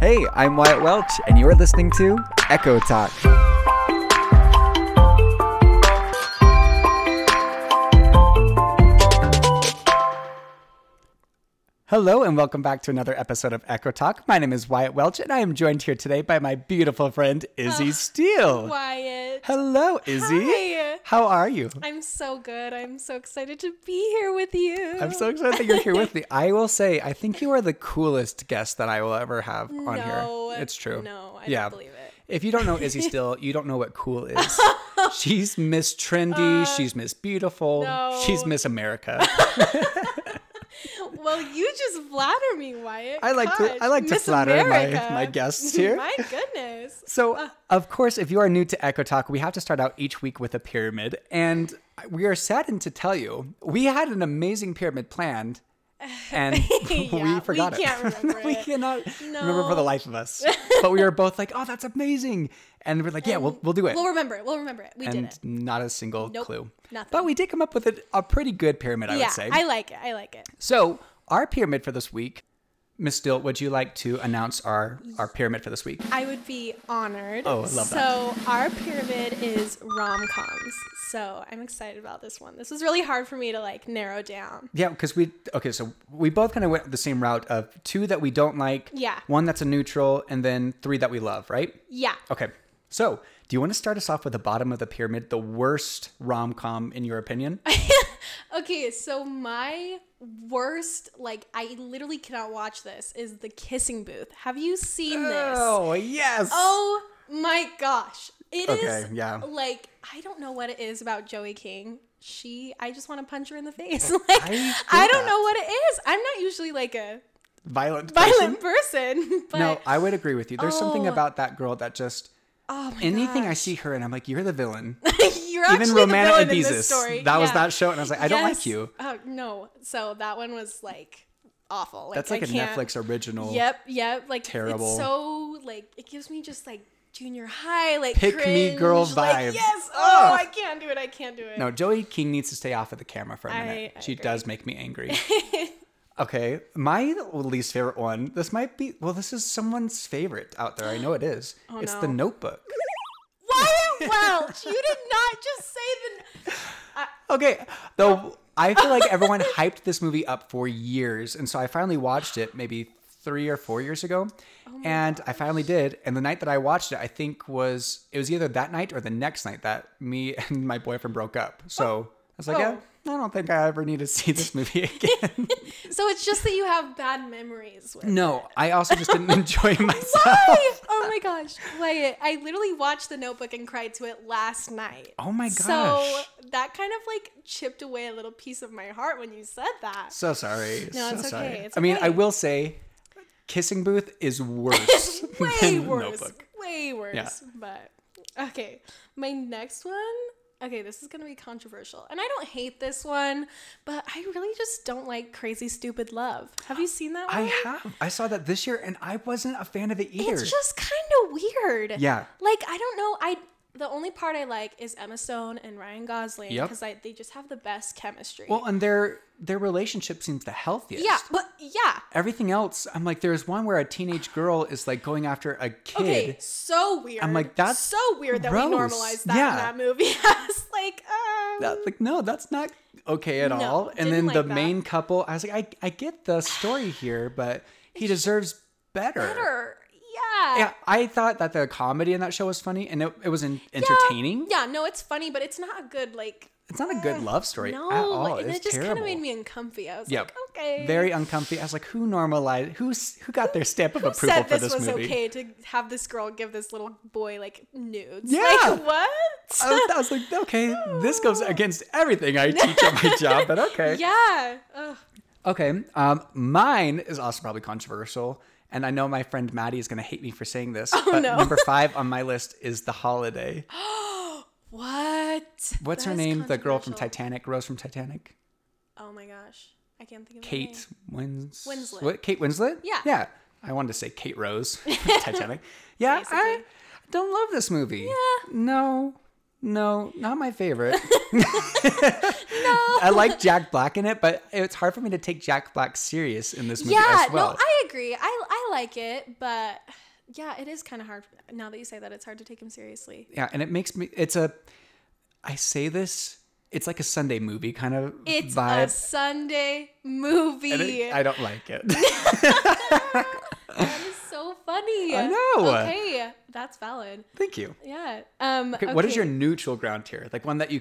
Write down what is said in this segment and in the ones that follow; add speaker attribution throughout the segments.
Speaker 1: Hey, I'm Wyatt Welch, and you're listening to Echo Talk. Hello, and welcome back to another episode of Echo Talk. My name is Wyatt Welch, and I am joined here today by my beautiful friend, Izzy Steele.
Speaker 2: Oh, Wyatt.
Speaker 1: Hello, Izzy.
Speaker 2: Hi.
Speaker 1: How are you?
Speaker 2: I'm so good. I'm so excited to be here with you.
Speaker 1: I'm so excited that you're here with me. I will say, I think you are the coolest guest that I will ever have on
Speaker 2: no,
Speaker 1: here. It's true.
Speaker 2: No, I
Speaker 1: Yeah.
Speaker 2: don't believe it.
Speaker 1: If you don't know Izzy Still, you don't know what cool is. she's Miss Trendy. she's Miss Beautiful.
Speaker 2: Uh, no.
Speaker 1: She's Miss America.
Speaker 2: Well, you just flatter me, Wyatt.
Speaker 1: I like to- I
Speaker 2: Gosh,
Speaker 1: like to
Speaker 2: Miss
Speaker 1: flatter my-
Speaker 2: America.
Speaker 1: my guests here.
Speaker 2: my goodness.
Speaker 1: So, of course, if you are new to Echo Talk, we have to start out each week with a pyramid. And we are saddened to tell you, we had an amazing pyramid planned. And
Speaker 2: Yeah,
Speaker 1: we
Speaker 2: we
Speaker 1: forgot it.
Speaker 2: can't remember
Speaker 1: we
Speaker 2: it.
Speaker 1: cannot remember for the
Speaker 2: No.
Speaker 1: life of us. But we were both like, "Oh, that's amazing!" And we're like, "Yeah, we'll we'll do it."
Speaker 2: We'll remember it. We'll remember it. We did
Speaker 1: and
Speaker 2: it.
Speaker 1: not a single
Speaker 2: Nope,
Speaker 1: clue.
Speaker 2: nothing.
Speaker 1: But we did come up with a, a pretty good pyramid, I
Speaker 2: yeah,
Speaker 1: would say.
Speaker 2: I like it. I like it.
Speaker 1: so our pyramid for this week, Miss Still, would you like to announce our our pyramid for this week?
Speaker 2: I would be honored.
Speaker 1: Oh, I love
Speaker 2: so
Speaker 1: that.
Speaker 2: our pyramid is rom coms. So I'm excited about this one. This was really hard for me to like narrow down.
Speaker 1: Yeah, because we okay, so we both kind of went the same route of two that we don't like,
Speaker 2: Yeah.
Speaker 1: one that's a neutral, and then three that we love, right?
Speaker 2: Yeah.
Speaker 1: Okay. So, do you want to start us off with the bottom of the pyramid, the worst rom com in your opinion?
Speaker 2: Okay, so my worst, like, I literally cannot watch this, is the kissing booth. Have you seen this?
Speaker 1: oh yes.
Speaker 2: Oh my gosh. It is
Speaker 1: Okay, yeah.
Speaker 2: like, I don't know what it is about Joey King. She, I just want to punch her in the face. like, I,
Speaker 1: feel
Speaker 2: don't
Speaker 1: that.
Speaker 2: know what it is. I'm not usually like a
Speaker 1: violent. person.
Speaker 2: violent person, but
Speaker 1: no, I would agree with you. There's something
Speaker 2: Oh.
Speaker 1: about that girl that just
Speaker 2: oh my
Speaker 1: anything I
Speaker 2: gosh.
Speaker 1: see her in, I'm like, you're the villain.
Speaker 2: You're actually
Speaker 1: Even
Speaker 2: the
Speaker 1: Romana
Speaker 2: villain in this
Speaker 1: Abizis.
Speaker 2: story.
Speaker 1: That was
Speaker 2: Yeah.
Speaker 1: that show, and I was like, I don't
Speaker 2: Yes.
Speaker 1: like you.
Speaker 2: Oh no! So that one was like awful. Like,
Speaker 1: That's like
Speaker 2: a
Speaker 1: a Netflix original.
Speaker 2: Yep, yep. Like
Speaker 1: Terrible.
Speaker 2: It's so like it gives me just like junior high, like
Speaker 1: Pick me girl
Speaker 2: cringe, like,
Speaker 1: vibes.
Speaker 2: yes. Oh,
Speaker 1: Ugh.
Speaker 2: I can't do it. I can't do it.
Speaker 1: No, Joey King needs to stay off of the camera for a
Speaker 2: I-
Speaker 1: minute.
Speaker 2: I
Speaker 1: she
Speaker 2: agree.
Speaker 1: does make me angry. okay, my least favorite one. This might be well. This is someone's favorite out there. I know it is. it's The
Speaker 2: Oh, no.
Speaker 1: Notebook.
Speaker 2: Wyatt Welch, you did not just say the.
Speaker 1: Okay, though I feel like everyone hyped this movie up for years, and so I finally watched it maybe three or four years ago, and I finally did. And the night that I watched it, I think was it was either that night or the next night that me and my boyfriend broke up. So I was like, yeah, I don't think I ever need to see this movie again.
Speaker 2: So it's just that you have bad memories with.
Speaker 1: no, I also just didn't enjoy myself.
Speaker 2: Why? Oh my gosh, Wyatt! I literally watched The Notebook and cried to it last night.
Speaker 1: Oh my
Speaker 2: So
Speaker 1: gosh.
Speaker 2: that kind of like chipped away a little piece of my heart when you said that.
Speaker 1: So sorry.
Speaker 2: No,
Speaker 1: so
Speaker 2: it's okay,
Speaker 1: sorry.
Speaker 2: it's
Speaker 1: I mean, I
Speaker 2: okay.
Speaker 1: will say, Kissing Booth is worse
Speaker 2: way
Speaker 1: than
Speaker 2: worse.
Speaker 1: Notebook.
Speaker 2: Way worse. But okay, my next one. Okay, this is gonna be controversial, and I don't hate this one, but I really just don't like Crazy Stupid Love. Have you seen that one?
Speaker 1: I have. I saw that this year, and I wasn't a fan of it either.
Speaker 2: It's just kind of weird.
Speaker 1: Yeah.
Speaker 2: Like I don't know. I the only part I like is Emma Stone and Ryan Gosling
Speaker 1: Yep.
Speaker 2: because I they just have the best chemistry.
Speaker 1: well, and their their relationship seems the healthiest.
Speaker 2: yeah, but yeah.
Speaker 1: Everything else, I'm like, there's one where a teenage girl is like going after a kid.
Speaker 2: Okay, so weird.
Speaker 1: I'm like, that's
Speaker 2: so weird that
Speaker 1: gross.
Speaker 2: we normalized that
Speaker 1: Yeah.
Speaker 2: in that movie. I was like, um,
Speaker 1: That- like, no, that's not okay at
Speaker 2: No,
Speaker 1: all. And
Speaker 2: didn't
Speaker 1: then the
Speaker 2: like that.
Speaker 1: main couple, I was like, I, I get the story here, but he deserves better.
Speaker 2: better. Yeah.
Speaker 1: Yeah, I thought that the comedy in that show was funny and it, it was en- entertaining.
Speaker 2: Yeah, no, it's funny, but it's not a good like.
Speaker 1: It's not a good love story
Speaker 2: No,
Speaker 1: at all.
Speaker 2: and
Speaker 1: It's
Speaker 2: it just
Speaker 1: terrible.
Speaker 2: kind of made me uncomfy. I was
Speaker 1: Yep.
Speaker 2: like, okay,
Speaker 1: Very uncomfy. I was like, who normalized? Who s- who got their stamp of
Speaker 2: Who
Speaker 1: approval
Speaker 2: said
Speaker 1: for
Speaker 2: this,
Speaker 1: this,
Speaker 2: was
Speaker 1: movie?
Speaker 2: okay to have this girl give this little boy like nudes?
Speaker 1: Yeah.
Speaker 2: like, what?
Speaker 1: I, was, I was like, okay, this goes against everything I teach at my job, but okay.
Speaker 2: yeah. Ugh.
Speaker 1: Okay. Um, mine is also probably controversial, and I know my friend Maddie is going to hate me for saying this, but
Speaker 2: Oh, no.
Speaker 1: number five on my list is The Holiday.
Speaker 2: What?
Speaker 1: What's her
Speaker 2: That is
Speaker 1: name? The girl from
Speaker 2: controversial.
Speaker 1: Titanic, Rose from Titanic.
Speaker 2: Oh my gosh, I can't think of her
Speaker 1: Kate
Speaker 2: name.
Speaker 1: Wins-
Speaker 2: Winslet.
Speaker 1: What, Kate Winslet?
Speaker 2: Yeah.
Speaker 1: Yeah. I wanted to say Kate Rose, Titanic. Yeah, I
Speaker 2: Basically.
Speaker 1: don't love this movie. Yeah. No, no, not my favorite. no. I like Jack Black in it, but it's hard for me to take Jack Black serious in this movie
Speaker 2: Yeah,
Speaker 1: as well.
Speaker 2: no, I agree. I I like it, but yeah, it is kind of hard now that you say that. It's hard to take him seriously.
Speaker 1: Yeah, and it makes me. It's a. I say this. It's like a Sunday movie kind of
Speaker 2: It's a
Speaker 1: vibe.
Speaker 2: Sunday movie.
Speaker 1: and it- I don't like it.
Speaker 2: that is so funny.
Speaker 1: I know.
Speaker 2: Okay, that's valid.
Speaker 1: Thank you.
Speaker 2: Yeah. Um,
Speaker 1: Okay, What is
Speaker 2: okay.
Speaker 1: your neutral ground here? Like one that you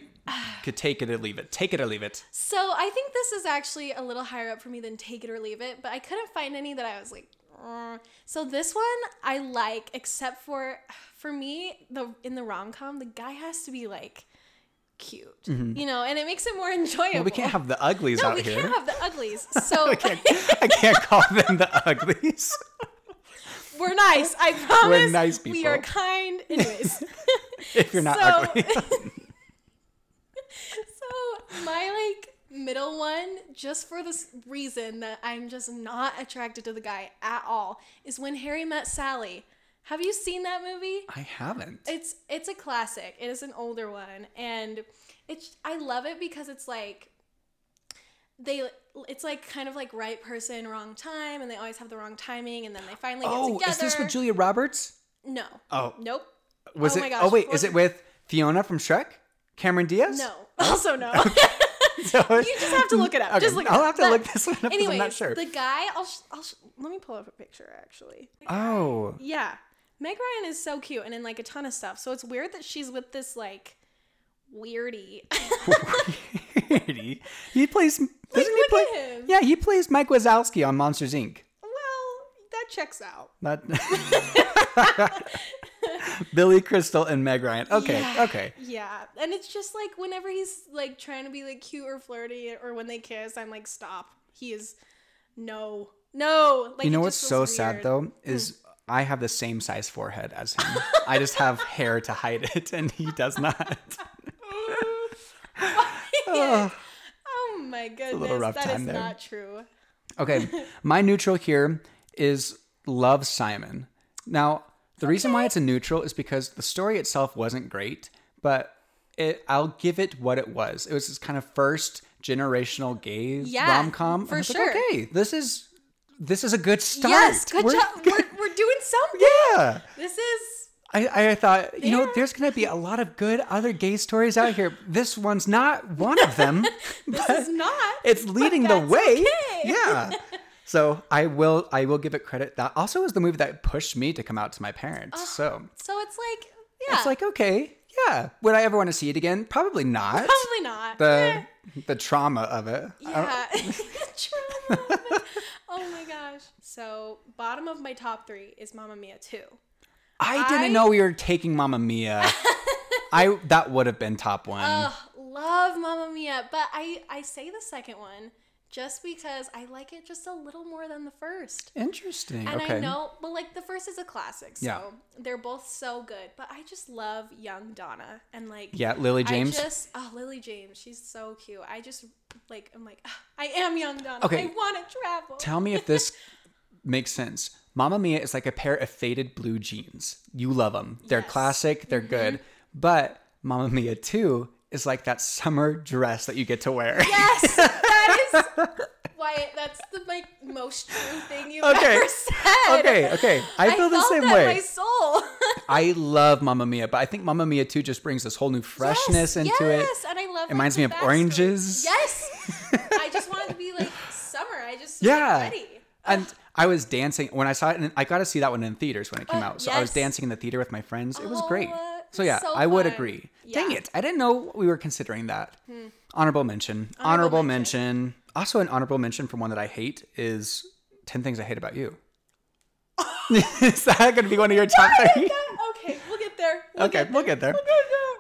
Speaker 1: could take it or leave it. Take it or leave it.
Speaker 2: So I think this is actually a little higher up for me than take it or leave it, but I couldn't find any that I was like. "Uh." So this one I like, except for for me the in the rom com the guy has to be like cute, you know, and it makes it more enjoyable.
Speaker 1: Mm-hmm. Well, we can't have the uglies
Speaker 2: no,
Speaker 1: out
Speaker 2: we
Speaker 1: here.
Speaker 2: can't have the uglies. So
Speaker 1: I can't. I can't call them the uglies.
Speaker 2: we're nice. I promise.
Speaker 1: nice
Speaker 2: We are
Speaker 1: people.
Speaker 2: kind. Anyways.
Speaker 1: If you're not
Speaker 2: So-
Speaker 1: ugly.
Speaker 2: So my like middle one, just for this reason that I'm just not attracted to the guy at all, is when Harry met Sally. Have you seen that movie?
Speaker 1: I haven't.
Speaker 2: It's it's a classic. It is an older one, and it's I love it because it's like they it's like kind of like right person, wrong time, and they always have the wrong timing, and then they finally get
Speaker 1: oh,
Speaker 2: together.
Speaker 1: is this with Julia Roberts?
Speaker 2: No.
Speaker 1: Oh,
Speaker 2: Nope.
Speaker 1: was
Speaker 2: Oh
Speaker 1: it?
Speaker 2: my gosh,
Speaker 1: oh wait,
Speaker 2: before-
Speaker 1: is it with Fiona from Shrek? Cameron Diaz?
Speaker 2: No. Also no.
Speaker 1: So it-
Speaker 2: You just have to look it up.
Speaker 1: Okay,
Speaker 2: Just look it
Speaker 1: I'll
Speaker 2: up.
Speaker 1: have to
Speaker 2: But
Speaker 1: look this one up because I'm not
Speaker 2: anyways,
Speaker 1: sure.
Speaker 2: the guy, I'll, sh- I'll sh- let me pull up a picture actually.
Speaker 1: oh,
Speaker 2: Yeah, Meg Ryan is so cute and in like a ton of stuff. So it's weird that she's with this like weirdie.
Speaker 1: he, he plays. Doesn't he
Speaker 2: look
Speaker 1: play?
Speaker 2: at him.
Speaker 1: Yeah, he plays Mike Wazowski on Monsters Inc.
Speaker 2: well, that checks out.
Speaker 1: Not Billy Crystal and Meg Ryan. Okay,
Speaker 2: Yeah.
Speaker 1: okay.
Speaker 2: Yeah, and it's just like whenever he's like trying to be like cute or flirty, or when they kiss, I'm like, stop. He is no, no. Like
Speaker 1: you know
Speaker 2: it
Speaker 1: what's
Speaker 2: just
Speaker 1: so
Speaker 2: feels
Speaker 1: sad
Speaker 2: weird. Hmm.
Speaker 1: though is I have the same size forehead as him. I just have hair to hide it, and he does not.
Speaker 2: oh my goodness, that is
Speaker 1: rough time there.
Speaker 2: not true.
Speaker 1: Okay, my neutral here is Love Simon. Now, the reason why it's a neutral is because the story itself wasn't great, but it, I'll give it what it was. It was this kind of first generational gay
Speaker 2: Yeah,
Speaker 1: rom com.
Speaker 2: for sure.
Speaker 1: okay, this is this is a good start.
Speaker 2: Yes, good
Speaker 1: We're-
Speaker 2: job. We're, we're doing something.
Speaker 1: Yeah.
Speaker 2: This is
Speaker 1: I, I thought, you know,
Speaker 2: Yeah.
Speaker 1: there's going to be a lot of good other gay stories out here. This one's not one of them.
Speaker 2: this
Speaker 1: but-
Speaker 2: is not.
Speaker 1: it's
Speaker 2: but
Speaker 1: leading the
Speaker 2: that's
Speaker 1: way.
Speaker 2: okay.
Speaker 1: Yeah. So I will I will give it credit. That also was the movie that pushed me to come out to my parents. so
Speaker 2: So it's like Oh, yeah,
Speaker 1: it's like okay, yeah. Would I ever want to see it again? Probably not.
Speaker 2: probably not.
Speaker 1: The the trauma of it. I don't-
Speaker 2: yeah. Trauma. oh my gosh. So bottom of my top three is Mamma Mia two.
Speaker 1: I, didn't
Speaker 2: I-
Speaker 1: know we were taking Mamma Mia. I that would have been top one.
Speaker 2: Ugh, love Mamma Mia, but I I say the second one just because I like it just a little more than the first.
Speaker 1: Interesting.
Speaker 2: And
Speaker 1: okay.
Speaker 2: I know, but like the first is a classic, so
Speaker 1: Yeah.
Speaker 2: they're both so good. But I just love young Donna and like
Speaker 1: Yeah, Lily James.
Speaker 2: I just oh Lily James, she's so cute. I just like I'm like "Ah, I am young Donna.
Speaker 1: Okay.
Speaker 2: I want to travel.
Speaker 1: Tell me if this makes sense. Mamma Mia is like a pair of faded blue jeans. You love them. They're
Speaker 2: Yes. Mm-hmm.
Speaker 1: classic, they're good. But Mamma Mia 2 is like that summer dress that you get to wear.
Speaker 2: yes, that is Wyatt. That's the like most true thing you've
Speaker 1: Okay.
Speaker 2: ever said.
Speaker 1: okay, okay. I feel the
Speaker 2: felt
Speaker 1: same
Speaker 2: that in
Speaker 1: way.
Speaker 2: My soul.
Speaker 1: I love Mamma Mia, but I think Mamma Mia 2 just brings this whole new freshness
Speaker 2: yes,
Speaker 1: into it.
Speaker 2: Yes, and I love. It
Speaker 1: reminds me of oranges.
Speaker 2: Yes, I just wanted to be like summer. I just was, like,
Speaker 1: Yeah.
Speaker 2: ready.
Speaker 1: And I was dancing when I saw it, and I got to see that one in theaters when it came
Speaker 2: Oh,
Speaker 1: out. So I was
Speaker 2: yes.
Speaker 1: dancing in the theater with my friends. It was
Speaker 2: Oh,
Speaker 1: great.
Speaker 2: uh,
Speaker 1: So yeah,
Speaker 2: so
Speaker 1: I would
Speaker 2: fun.
Speaker 1: agree.
Speaker 2: Yeah. Hmm.
Speaker 1: Dang it, I didn't know we were considering that. Honorable mention. Honorable, mention.
Speaker 2: mention.
Speaker 1: Also, an honorable mention from one that I hate is Ten Things I Hate About You. is that going to be one of your top three?
Speaker 2: That- okay, we'll get there. We'll
Speaker 1: Okay,
Speaker 2: get
Speaker 1: we'll get there.
Speaker 2: there.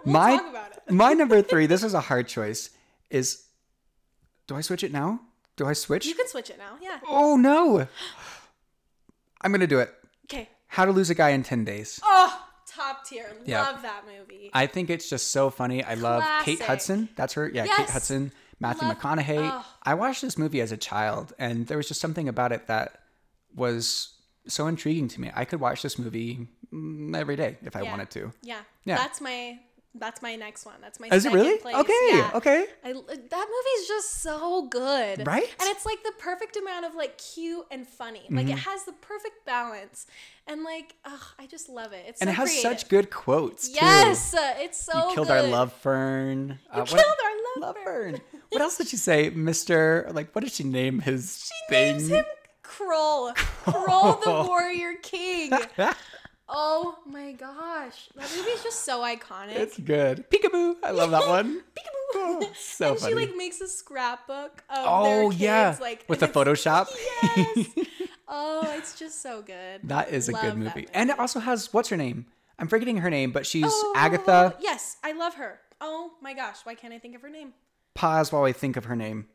Speaker 2: We'll
Speaker 1: my
Speaker 2: talk about it.
Speaker 1: my number three. This is a hard choice. Is do I switch it now? Do I switch?
Speaker 2: You can switch it now. Yeah.
Speaker 1: oh no! I'm gonna do it.
Speaker 2: Okay.
Speaker 1: How to Lose a Guy in 10 Days.
Speaker 2: Oh, top tier.
Speaker 1: Yeah.
Speaker 2: Love that movie.
Speaker 1: I think it's just so funny. I love Kate
Speaker 2: Classic.
Speaker 1: Hudson. That's her. Yeah, Kate
Speaker 2: Yes.
Speaker 1: Hudson, Matthew
Speaker 2: Love-
Speaker 1: McConaughey.
Speaker 2: oh.
Speaker 1: I watched this movie as a child, and there was just something about it that was so intriguing to me. I could watch this movie mm, every day if I
Speaker 2: Yeah.
Speaker 1: wanted to.
Speaker 2: yeah.
Speaker 1: Yeah.
Speaker 2: That's my That's my next one. That's my
Speaker 1: Is it
Speaker 2: second
Speaker 1: really?
Speaker 2: place.
Speaker 1: Okay,
Speaker 2: Yeah.
Speaker 1: okay.
Speaker 2: I, that movie's just so good.
Speaker 1: Right?
Speaker 2: And it's like the perfect amount of like cute and funny. Like
Speaker 1: Mm-hmm.
Speaker 2: it has the perfect balance. And like, ugh, I just love it. It's
Speaker 1: And
Speaker 2: so
Speaker 1: it has
Speaker 2: creative.
Speaker 1: such good quotes. too.
Speaker 2: Yes, uh, it's so
Speaker 1: you killed
Speaker 2: good.
Speaker 1: our love fern.
Speaker 2: You
Speaker 1: Uh,
Speaker 2: killed our
Speaker 1: love
Speaker 2: love, bird.
Speaker 1: fern. What else did she say, Mister? Like, what did she name his
Speaker 2: She
Speaker 1: thing?
Speaker 2: names him Kroll. Kroll the Warrior King. Oh my gosh. That movie's just so iconic.
Speaker 1: it's good. Peekaboo. I love that one.
Speaker 2: Peekaboo.
Speaker 1: Oh, so
Speaker 2: and
Speaker 1: funny.
Speaker 2: she like makes a scrapbook of their
Speaker 1: oh
Speaker 2: kids,
Speaker 1: yeah,
Speaker 2: like
Speaker 1: with the
Speaker 2: and it's-
Speaker 1: Photoshop.
Speaker 2: Yes. oh, it's just so good.
Speaker 1: that is a
Speaker 2: Love
Speaker 1: good
Speaker 2: that
Speaker 1: movie, and it also has what's her name? I'm forgetting her name, but she's
Speaker 2: Oh,
Speaker 1: Agatha.
Speaker 2: Yes, I love her. Oh my gosh, why can't I think of her name?
Speaker 1: Pause while I think of her name.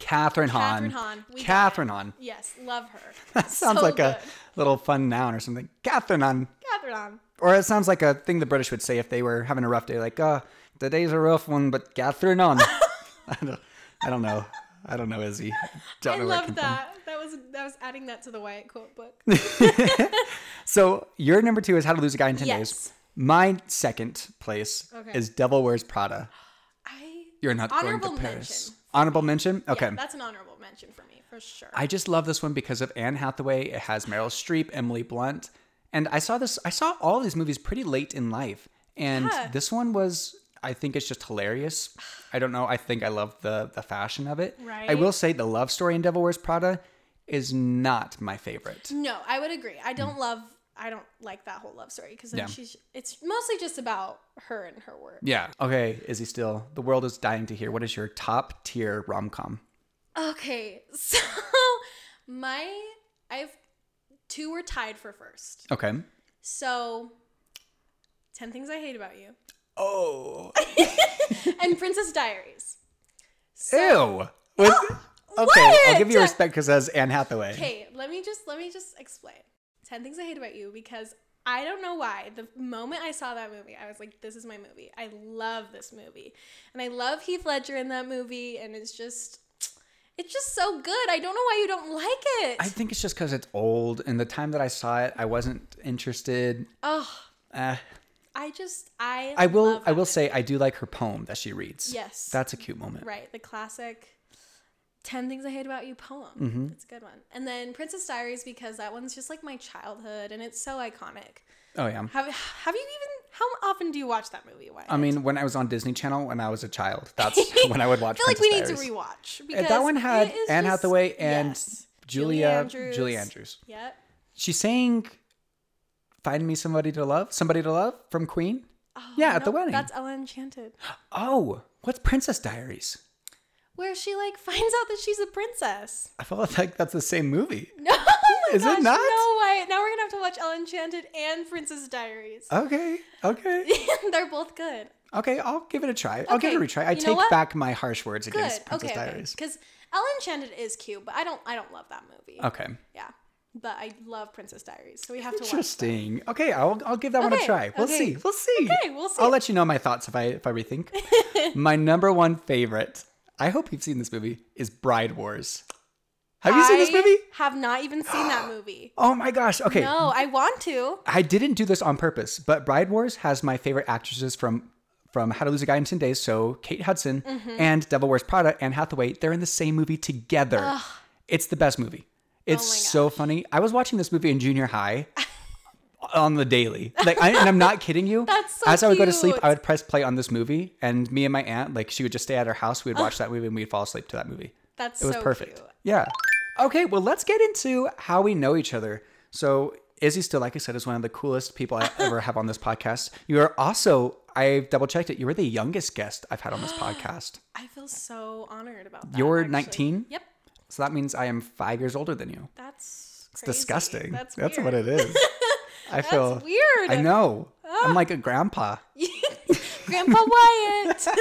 Speaker 1: Catherine Hahn.
Speaker 2: Catherine Hahn. We got it.
Speaker 1: Catherine Hahn.
Speaker 2: Yes, love her.
Speaker 1: That sounds
Speaker 2: So
Speaker 1: like a
Speaker 2: good.
Speaker 1: little fun noun or something. Catherine Hahn.
Speaker 2: Catherine Hahn.
Speaker 1: Or it sounds like a thing the British would say if they were having a rough day, like, uh, today's a rough one, but Catherine on. I, don't, I don't know. I don't know, Izzy. I don't
Speaker 2: I
Speaker 1: know where it came
Speaker 2: love
Speaker 1: from.
Speaker 2: that. That was that was adding that to the Wyatt quote book.
Speaker 1: So your number two is How to Lose a Guy in 10 Days.
Speaker 2: Yes.
Speaker 1: My second place
Speaker 2: Okay.
Speaker 1: is Devil Wears Prada.
Speaker 2: I
Speaker 1: You're not
Speaker 2: Honorable
Speaker 1: going to Paris.
Speaker 2: mention.
Speaker 1: Honorable mention? Okay.
Speaker 2: yeah, that's an honorable mention for me, for sure.
Speaker 1: I just love this one because of Anne Hathaway. It has Meryl Streep, Emily Blunt, and I saw this. I saw all these movies pretty late in life, and
Speaker 2: Yeah.
Speaker 1: this one was. I think it's just hilarious. I don't know. I think I love the the fashion of it. I
Speaker 2: Right.
Speaker 1: will say the love story in Devil Wears Prada is not my favorite.
Speaker 2: no, I would agree. I don't love I don't like that whole love story because
Speaker 1: Yeah.
Speaker 2: then she's it's mostly just about her and her work.
Speaker 1: Yeah. Okay, Izzy Steele. The world is dying to hear. What is your top tier rom com?
Speaker 2: Okay, so my I've two were tied for first.
Speaker 1: Okay.
Speaker 2: So, Ten Things I Hate About You
Speaker 1: Oh.
Speaker 2: and Princess Diaries.
Speaker 1: Ew. Was- okay. I'll give you
Speaker 2: what?
Speaker 1: respect because as Anne Hathaway.
Speaker 2: Okay, let me just let me just explain. Ten Things I Hate About You because I don't know why. The moment I saw that movie, I was like, "This is my movie. I love this movie, and I love Heath Ledger in that movie. And it's just, it's just so good. I don't know why you don't like it.
Speaker 1: I think it's just because it's old, and the time that I saw it, I wasn't interested.
Speaker 2: oh,
Speaker 1: Uh,
Speaker 2: I just, I.
Speaker 1: I will.
Speaker 2: love
Speaker 1: I
Speaker 2: that
Speaker 1: will say I do like her poem that she reads.
Speaker 2: Yes.
Speaker 1: that's a cute moment.
Speaker 2: Right, the classic 10 Things I Hate About You poem.
Speaker 1: Mm-hmm.
Speaker 2: It's a good one. And then Princess Diaries because that one's just like my childhood and it's so iconic.
Speaker 1: Oh yeah.
Speaker 2: Have have you even how often do you watch that movie? Wyatt?
Speaker 1: I mean, when I was on Disney Channel when I was a child, that's when I would watch.
Speaker 2: I feel like we
Speaker 1: Princess
Speaker 2: need to
Speaker 1: Diaries.
Speaker 2: rewatch
Speaker 1: And
Speaker 2: because
Speaker 1: That one had
Speaker 2: it is
Speaker 1: Anne
Speaker 2: just-
Speaker 1: Hathaway and
Speaker 2: yes.
Speaker 1: Julia Julie Andrews.
Speaker 2: Yep.
Speaker 1: She sang "Find Me Somebody to Love," "Somebody to Love" from Queen. yeah, at the
Speaker 2: Nope,
Speaker 1: wedding.
Speaker 2: Oh, That's Ella Enchanted,
Speaker 1: Oh, what's Princess Diaries?
Speaker 2: where she like finds out that she's a princess.
Speaker 1: I felt like that's the same movie.
Speaker 2: No, oh my
Speaker 1: Is it
Speaker 2: gosh,
Speaker 1: not?
Speaker 2: No, Wyatt. Now we're gonna have to watch Ella Enchanted and Princess Diaries.
Speaker 1: Okay, okay.
Speaker 2: They're both good.
Speaker 1: Okay, I'll give it a try. I'll give it a
Speaker 2: Okay,
Speaker 1: retry. I
Speaker 2: you know
Speaker 1: take
Speaker 2: what?
Speaker 1: back my harsh words
Speaker 2: Good.
Speaker 1: against Princess
Speaker 2: okay.
Speaker 1: Diaries.
Speaker 2: Because Ellen Enchanted is cute, but I don't. I don't love that movie.
Speaker 1: Okay.
Speaker 2: Yeah, but I love Princess Diaries, so we have to watch.
Speaker 1: Interesting. Okay, I'll, I'll give that one a
Speaker 2: Okay,
Speaker 1: try. We'll
Speaker 2: okay.
Speaker 1: see. We'll see.
Speaker 2: Okay, we'll see.
Speaker 1: I'll let you know my thoughts if I if I rethink. my number one favorite. I hope you've seen this movie. Is Bride Wars. Have you seen this
Speaker 2: I
Speaker 1: movie?
Speaker 2: Have not even seen that movie.
Speaker 1: Oh my gosh. Okay.
Speaker 2: No, I want to.
Speaker 1: I didn't do this on purpose, but Bride Wars has my favorite actresses from from How to Lose a Guy in 10 Days, so Kate Hudson
Speaker 2: Mm-hmm.
Speaker 1: and Devil Wears Prada and Hathaway, they're in the same movie together. It's the best movie. It's
Speaker 2: Oh my
Speaker 1: so funny. I was watching this movie in junior high on the daily. Like I, and I'm not kidding you.
Speaker 2: That's so
Speaker 1: As I would go to sleep,
Speaker 2: cute.
Speaker 1: I would press play on this movie and me and my aunt, like she would just stay at her house, we'd watch that movie and we'd fall asleep to that movie.
Speaker 2: That's
Speaker 1: It was
Speaker 2: so
Speaker 1: perfect.
Speaker 2: cute.
Speaker 1: Yeah. Okay, well, let's get into how we know each other. So, Izzy still, like I said, is one of the coolest people I ever have on this podcast. You are also, I've double checked it, you were the youngest guest I've had on this podcast.
Speaker 2: I feel so honored about that.
Speaker 1: You're
Speaker 2: actually.
Speaker 1: 19?
Speaker 2: Yep.
Speaker 1: So that means I am five years older than you.
Speaker 2: That's crazy.
Speaker 1: Disgusting.
Speaker 2: That's
Speaker 1: That's
Speaker 2: weird.
Speaker 1: what it is. I feel
Speaker 2: That's Ah. weird.
Speaker 1: I know. I'm like a grandpa.
Speaker 2: Grandpa Wyatt.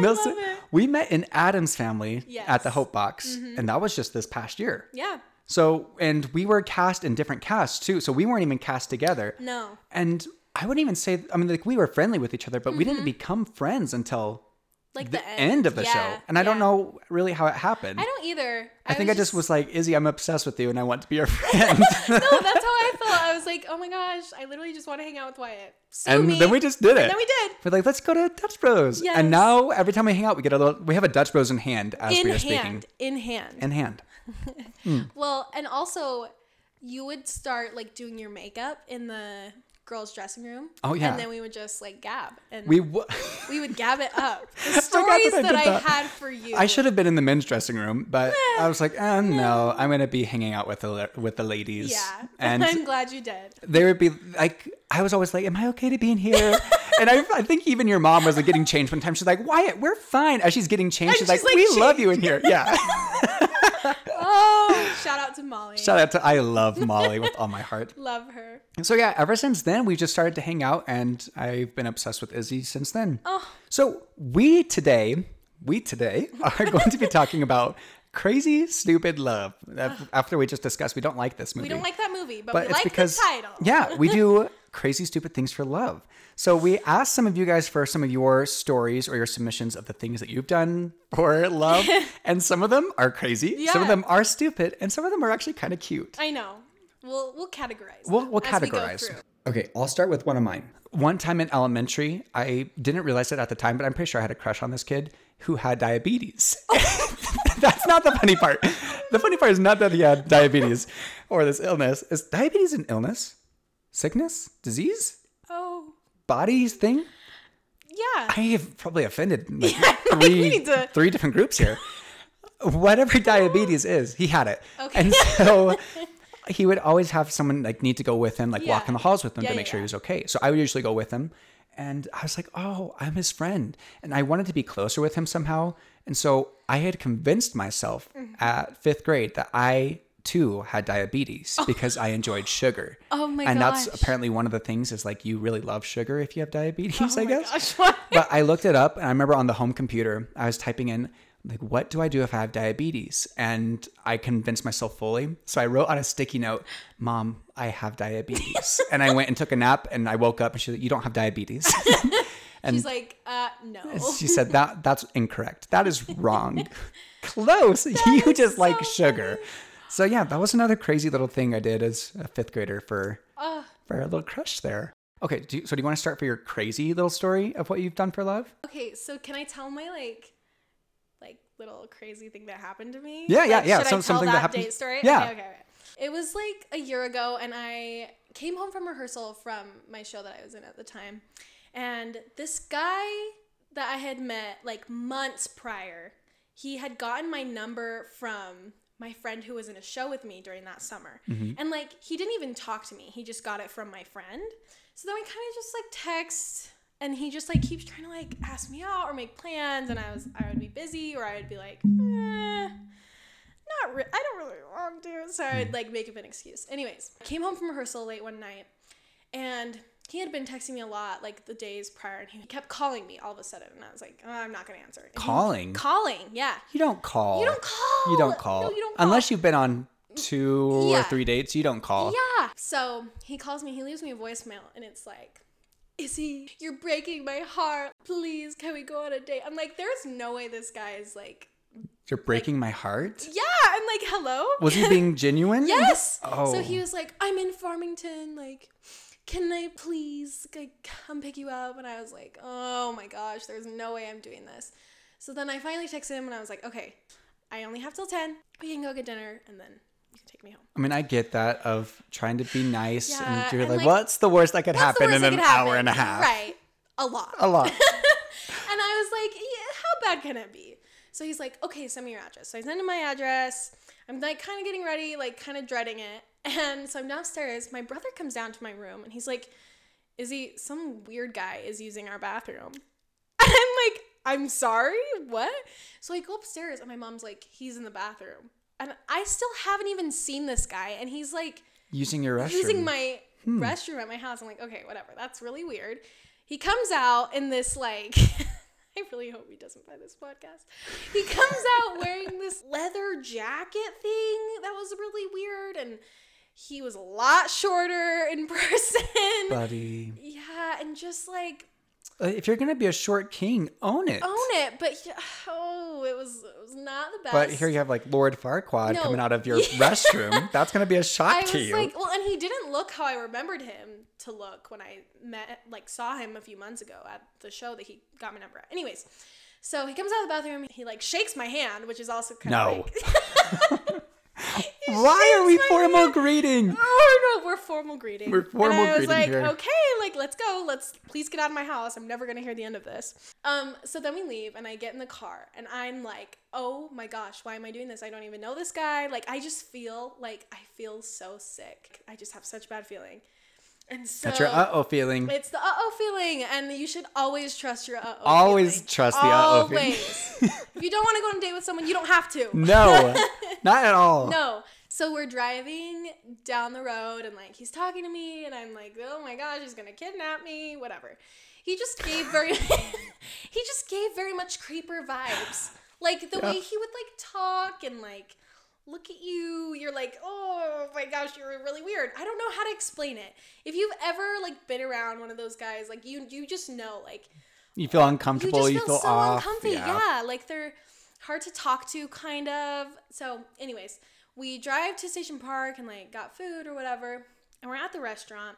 Speaker 1: Milson,
Speaker 2: it.
Speaker 1: we met in Adam's family at the
Speaker 2: Yes. Mm-hmm.
Speaker 1: Hope Box, and that was just this past year.
Speaker 2: yeah.
Speaker 1: So, and we were cast in different casts too. So we weren't even cast together.
Speaker 2: No.
Speaker 1: And I wouldn't even say, I mean, like we were friendly with each other, but we didn't become friends until
Speaker 2: Like
Speaker 1: the,
Speaker 2: the,
Speaker 1: end. of the
Speaker 2: Mm-hmm. Yeah,
Speaker 1: show. And I don't
Speaker 2: yeah.
Speaker 1: know really how it happened.
Speaker 2: I
Speaker 1: I,
Speaker 2: don't either.
Speaker 1: think I just was like, Izzy, I'm obsessed with you and I want to be your friend.
Speaker 2: No, that's how I I felt. I was like, oh my gosh, I literally just want to hang out with Wyatt. Sue
Speaker 1: and
Speaker 2: me.
Speaker 1: then we just did it.
Speaker 2: And then we did.
Speaker 1: We're like, let's go to Dutch Bros.
Speaker 2: Yes.
Speaker 1: And now every time we hang out, we get a little. We have a Dutch Bros in hand as
Speaker 2: in
Speaker 1: we are
Speaker 2: hand,
Speaker 1: speaking.
Speaker 2: in hand.
Speaker 1: In hand.
Speaker 2: well, and also, you would start like doing your makeup in the girls' dressing room.
Speaker 1: Oh, yeah.
Speaker 2: And then we would just like gab, and
Speaker 1: We.
Speaker 2: we,
Speaker 1: W-
Speaker 2: would gab it up.
Speaker 1: forgot
Speaker 2: The stories
Speaker 1: that I
Speaker 2: that,
Speaker 1: did
Speaker 2: I
Speaker 1: that.
Speaker 2: had for you.
Speaker 1: I should have been in the men's dressing room, but I was like, eh, no, I'm gonna be hanging out with the la- with the ladies.
Speaker 2: Yeah.
Speaker 1: And
Speaker 2: I'm glad you did.
Speaker 1: they would be like, I was always like, am I okay to be in here? and I, I think even your mom was like getting changed one time. She's like, Wyatt, we're fine. As she's getting changed,
Speaker 2: And
Speaker 1: she's,
Speaker 2: she's,
Speaker 1: like,
Speaker 2: like,
Speaker 1: we love you in here. Yeah.
Speaker 2: Oh, shout out to Molly.
Speaker 1: Shout out to I love Molly with all my heart.
Speaker 2: Love her.
Speaker 1: So yeah, ever since then we've just started to hang out, and I've been obsessed with Izzy since then.
Speaker 2: Oh.
Speaker 1: So we today, we today are going to be talking about crazy, stupid love. Af- After we just discussed, we don't like this movie.
Speaker 2: We don't like that movie, but,
Speaker 1: but
Speaker 2: we
Speaker 1: it's
Speaker 2: like
Speaker 1: because
Speaker 2: the title.
Speaker 1: yeah, we do crazy, stupid things for love. So we asked some of you guys for some of your stories or your submissions of the things that you've done for love, and some of them are crazy, some of
Speaker 2: Yeah.
Speaker 1: them are stupid, and some of them are actually kind of cute.
Speaker 2: I know. We'll we'll categorize.
Speaker 1: We'll,
Speaker 2: them
Speaker 1: we'll
Speaker 2: as we go
Speaker 1: categorize.
Speaker 2: through.
Speaker 1: okay, I'll start with one of mine. One time in elementary, I didn't realize it at the time, but I'm pretty sure I had a crush on this kid who had diabetes. That's not the funny part. The funny part is not that he had diabetes or this illness. Is diabetes an illness? Sickness? Disease?
Speaker 2: Oh
Speaker 1: Body thing?
Speaker 2: yeah.
Speaker 1: I have probably offended like
Speaker 2: like, we
Speaker 1: three,
Speaker 2: need to- Oh.
Speaker 1: three different groups here. Whatever diabetes is, he had it.
Speaker 2: Okay.
Speaker 1: And so he would always have someone like need to go with him, like walk in the
Speaker 2: Yeah.
Speaker 1: halls with him
Speaker 2: Yeah,
Speaker 1: to
Speaker 2: yeah,
Speaker 1: make sure he
Speaker 2: yeah.
Speaker 1: was okay. So I would usually go with him. And I was like, oh, I'm his friend. And I wanted to be closer with him somehow. And so I had convinced myself
Speaker 2: Mm-hmm.
Speaker 1: at fifth grade that I too had diabetes because I enjoyed sugar.
Speaker 2: Oh my
Speaker 1: And
Speaker 2: gosh.
Speaker 1: that's apparently one of the things is like you really love sugar if you have diabetes,
Speaker 2: oh
Speaker 1: I
Speaker 2: my
Speaker 1: guess
Speaker 2: gosh. What?
Speaker 1: but I looked it up and I remember on the home computer, I was typing in, like, what do I do if I have diabetes? And I convinced myself fully. So I wrote on a sticky note, Mom, I have diabetes. and I went and took a nap and I woke up and she was like, You don't have diabetes.
Speaker 2: She's like, uh, no.
Speaker 1: she said, that That's incorrect. That is wrong. Close. you
Speaker 2: is
Speaker 1: just
Speaker 2: so
Speaker 1: like sugar. So yeah, that was another crazy little thing I did as a fifth grader for
Speaker 2: Ugh.
Speaker 1: for a little crush there. Okay, do you, so do you want to start for your crazy little story of what you've done for love?
Speaker 2: Okay, so can I tell my like, like little crazy thing that happened to me?
Speaker 1: Yeah, yeah,
Speaker 2: Like,
Speaker 1: yeah, some-
Speaker 2: Should I tell
Speaker 1: something that
Speaker 2: that,
Speaker 1: happened-
Speaker 2: date story?
Speaker 1: Yeah.
Speaker 2: Okay, okay, okay. It was like a year ago, and I came home from rehearsal from my show that I was in at the time, and this guy that I had met like months prior, he had gotten my number from my friend who was in a show with me during that summer,
Speaker 1: Mm-hmm.
Speaker 2: and like he didn't even talk to me. He just got it from my friend. So then we kind of just like text and he just like keeps trying to like ask me out or make plans and I was I would be busy or I would be like eh, not re- I don't really want to so
Speaker 1: Mm-hmm.
Speaker 2: I'd like make up an excuse. Anyways, I came home from rehearsal late one night and he had been texting me a lot like the days prior and he kept calling me all of a sudden and I was like oh, I'm not going to answer. And he-
Speaker 1: Calling?
Speaker 2: Calling. Yeah.
Speaker 1: You don't call.
Speaker 2: You don't call.
Speaker 1: You don't call.
Speaker 2: No, you don't call.
Speaker 1: Unless you've been on two or
Speaker 2: Yeah.
Speaker 1: three dates, you don't call.
Speaker 2: Yeah. So he calls me, he leaves me a voicemail, and it's like, Izzy, you're breaking my heart. Please, can we go on a date? I'm like, there's no way this guy is like,
Speaker 1: You're breaking my heart.
Speaker 2: yeah. I'm like, hello?
Speaker 1: Was he being genuine?
Speaker 2: yes.
Speaker 1: Oh.
Speaker 2: So he was like, I'm in Farmington. Like, can I please like, come pick you up? And I was like, oh my gosh, there's no way I'm doing this. So then I finally texted him and I was like, okay, I only have till 10. We can go get dinner and then you can take me home.
Speaker 1: I mean, I get that of trying to be nice,
Speaker 2: Yeah,
Speaker 1: and you're
Speaker 2: and
Speaker 1: like,
Speaker 2: like,
Speaker 1: "What's the worst that could
Speaker 2: What's
Speaker 1: happen
Speaker 2: the worst
Speaker 1: in
Speaker 2: that
Speaker 1: an
Speaker 2: could
Speaker 1: hour
Speaker 2: happen?
Speaker 1: and a half?"
Speaker 2: Right. A lot.
Speaker 1: A lot.
Speaker 2: And I was like, yeah, how bad can it be? So he's like, okay, send me your address. So I send him my address. I'm like kind of getting ready, like kind of dreading it. And so I'm downstairs. My brother comes down to my room and he's like, Izzy, some weird guy is using our bathroom. And I'm like, I'm sorry, what? So I go upstairs and my mom's like, he's in the bathroom. And I still haven't even seen this guy. And he's like,
Speaker 1: Using your restroom.
Speaker 2: using my
Speaker 1: Hmm.
Speaker 2: restroom at my house. I'm like, okay, whatever. That's really weird. He comes out in this like. I really hope he doesn't buy this podcast. He comes out wearing this leather jacket thing that was really weird, and he was a lot shorter in person.
Speaker 1: buddy.
Speaker 2: Yeah, and just like
Speaker 1: Uh, If you're gonna be a short king, own it.
Speaker 2: Own it, but he- oh, it was it was not the best.
Speaker 1: But here you have like Lord Farquaad
Speaker 2: No.
Speaker 1: coming out of your
Speaker 2: Yeah.
Speaker 1: restroom. That's gonna be a shock
Speaker 2: I
Speaker 1: to
Speaker 2: was
Speaker 1: you.
Speaker 2: like, well, and he didn't look how I remembered him to look when I met, like, saw him a few months ago at the show that he got my number at. Anyways, so he comes out of the bathroom. He like shakes my hand, which is also kind of
Speaker 1: no.
Speaker 2: like,
Speaker 1: Why are we
Speaker 2: shakes my
Speaker 1: formal
Speaker 2: hand.
Speaker 1: greeting?
Speaker 2: oh no, we're formal greeting.
Speaker 1: We're formal
Speaker 2: and I was
Speaker 1: greeting
Speaker 2: like,
Speaker 1: here.
Speaker 2: okay, like let's go. Let's please get out of my house. I'm never gonna hear the end of this. Um, so then we leave, and I get in the car, and I'm like, oh my gosh, why am I doing this? I don't even know this guy. Like, I just feel like I feel so sick. I just have such bad feeling. And so
Speaker 1: That's your uh oh feeling.
Speaker 2: It's the uh oh feeling, and you should always trust your uh oh.
Speaker 1: Always trust the uh-oh feeling.
Speaker 2: Always. if you don't want to go on a date with someone, you don't have to.
Speaker 1: No, not at all.
Speaker 2: No. So we're driving down the road, and like he's talking to me, and I'm like, oh my gosh, he's gonna kidnap me, whatever. He just gave very, he just gave very much creeper vibes. Like the way
Speaker 1: Yeah.
Speaker 2: he would like talk and like look at you you're like oh my gosh you're really weird i don't know how to explain it if you've ever like been around one of those guys like you you just know like
Speaker 1: You feel
Speaker 2: you
Speaker 1: uncomfortable.
Speaker 2: just
Speaker 1: You,
Speaker 2: feel, so
Speaker 1: off.
Speaker 2: uncomfy. Yeah. like they're hard to talk to, kind of. So, anyways, we drive to Station Park and like got food or whatever, and we're at the restaurant.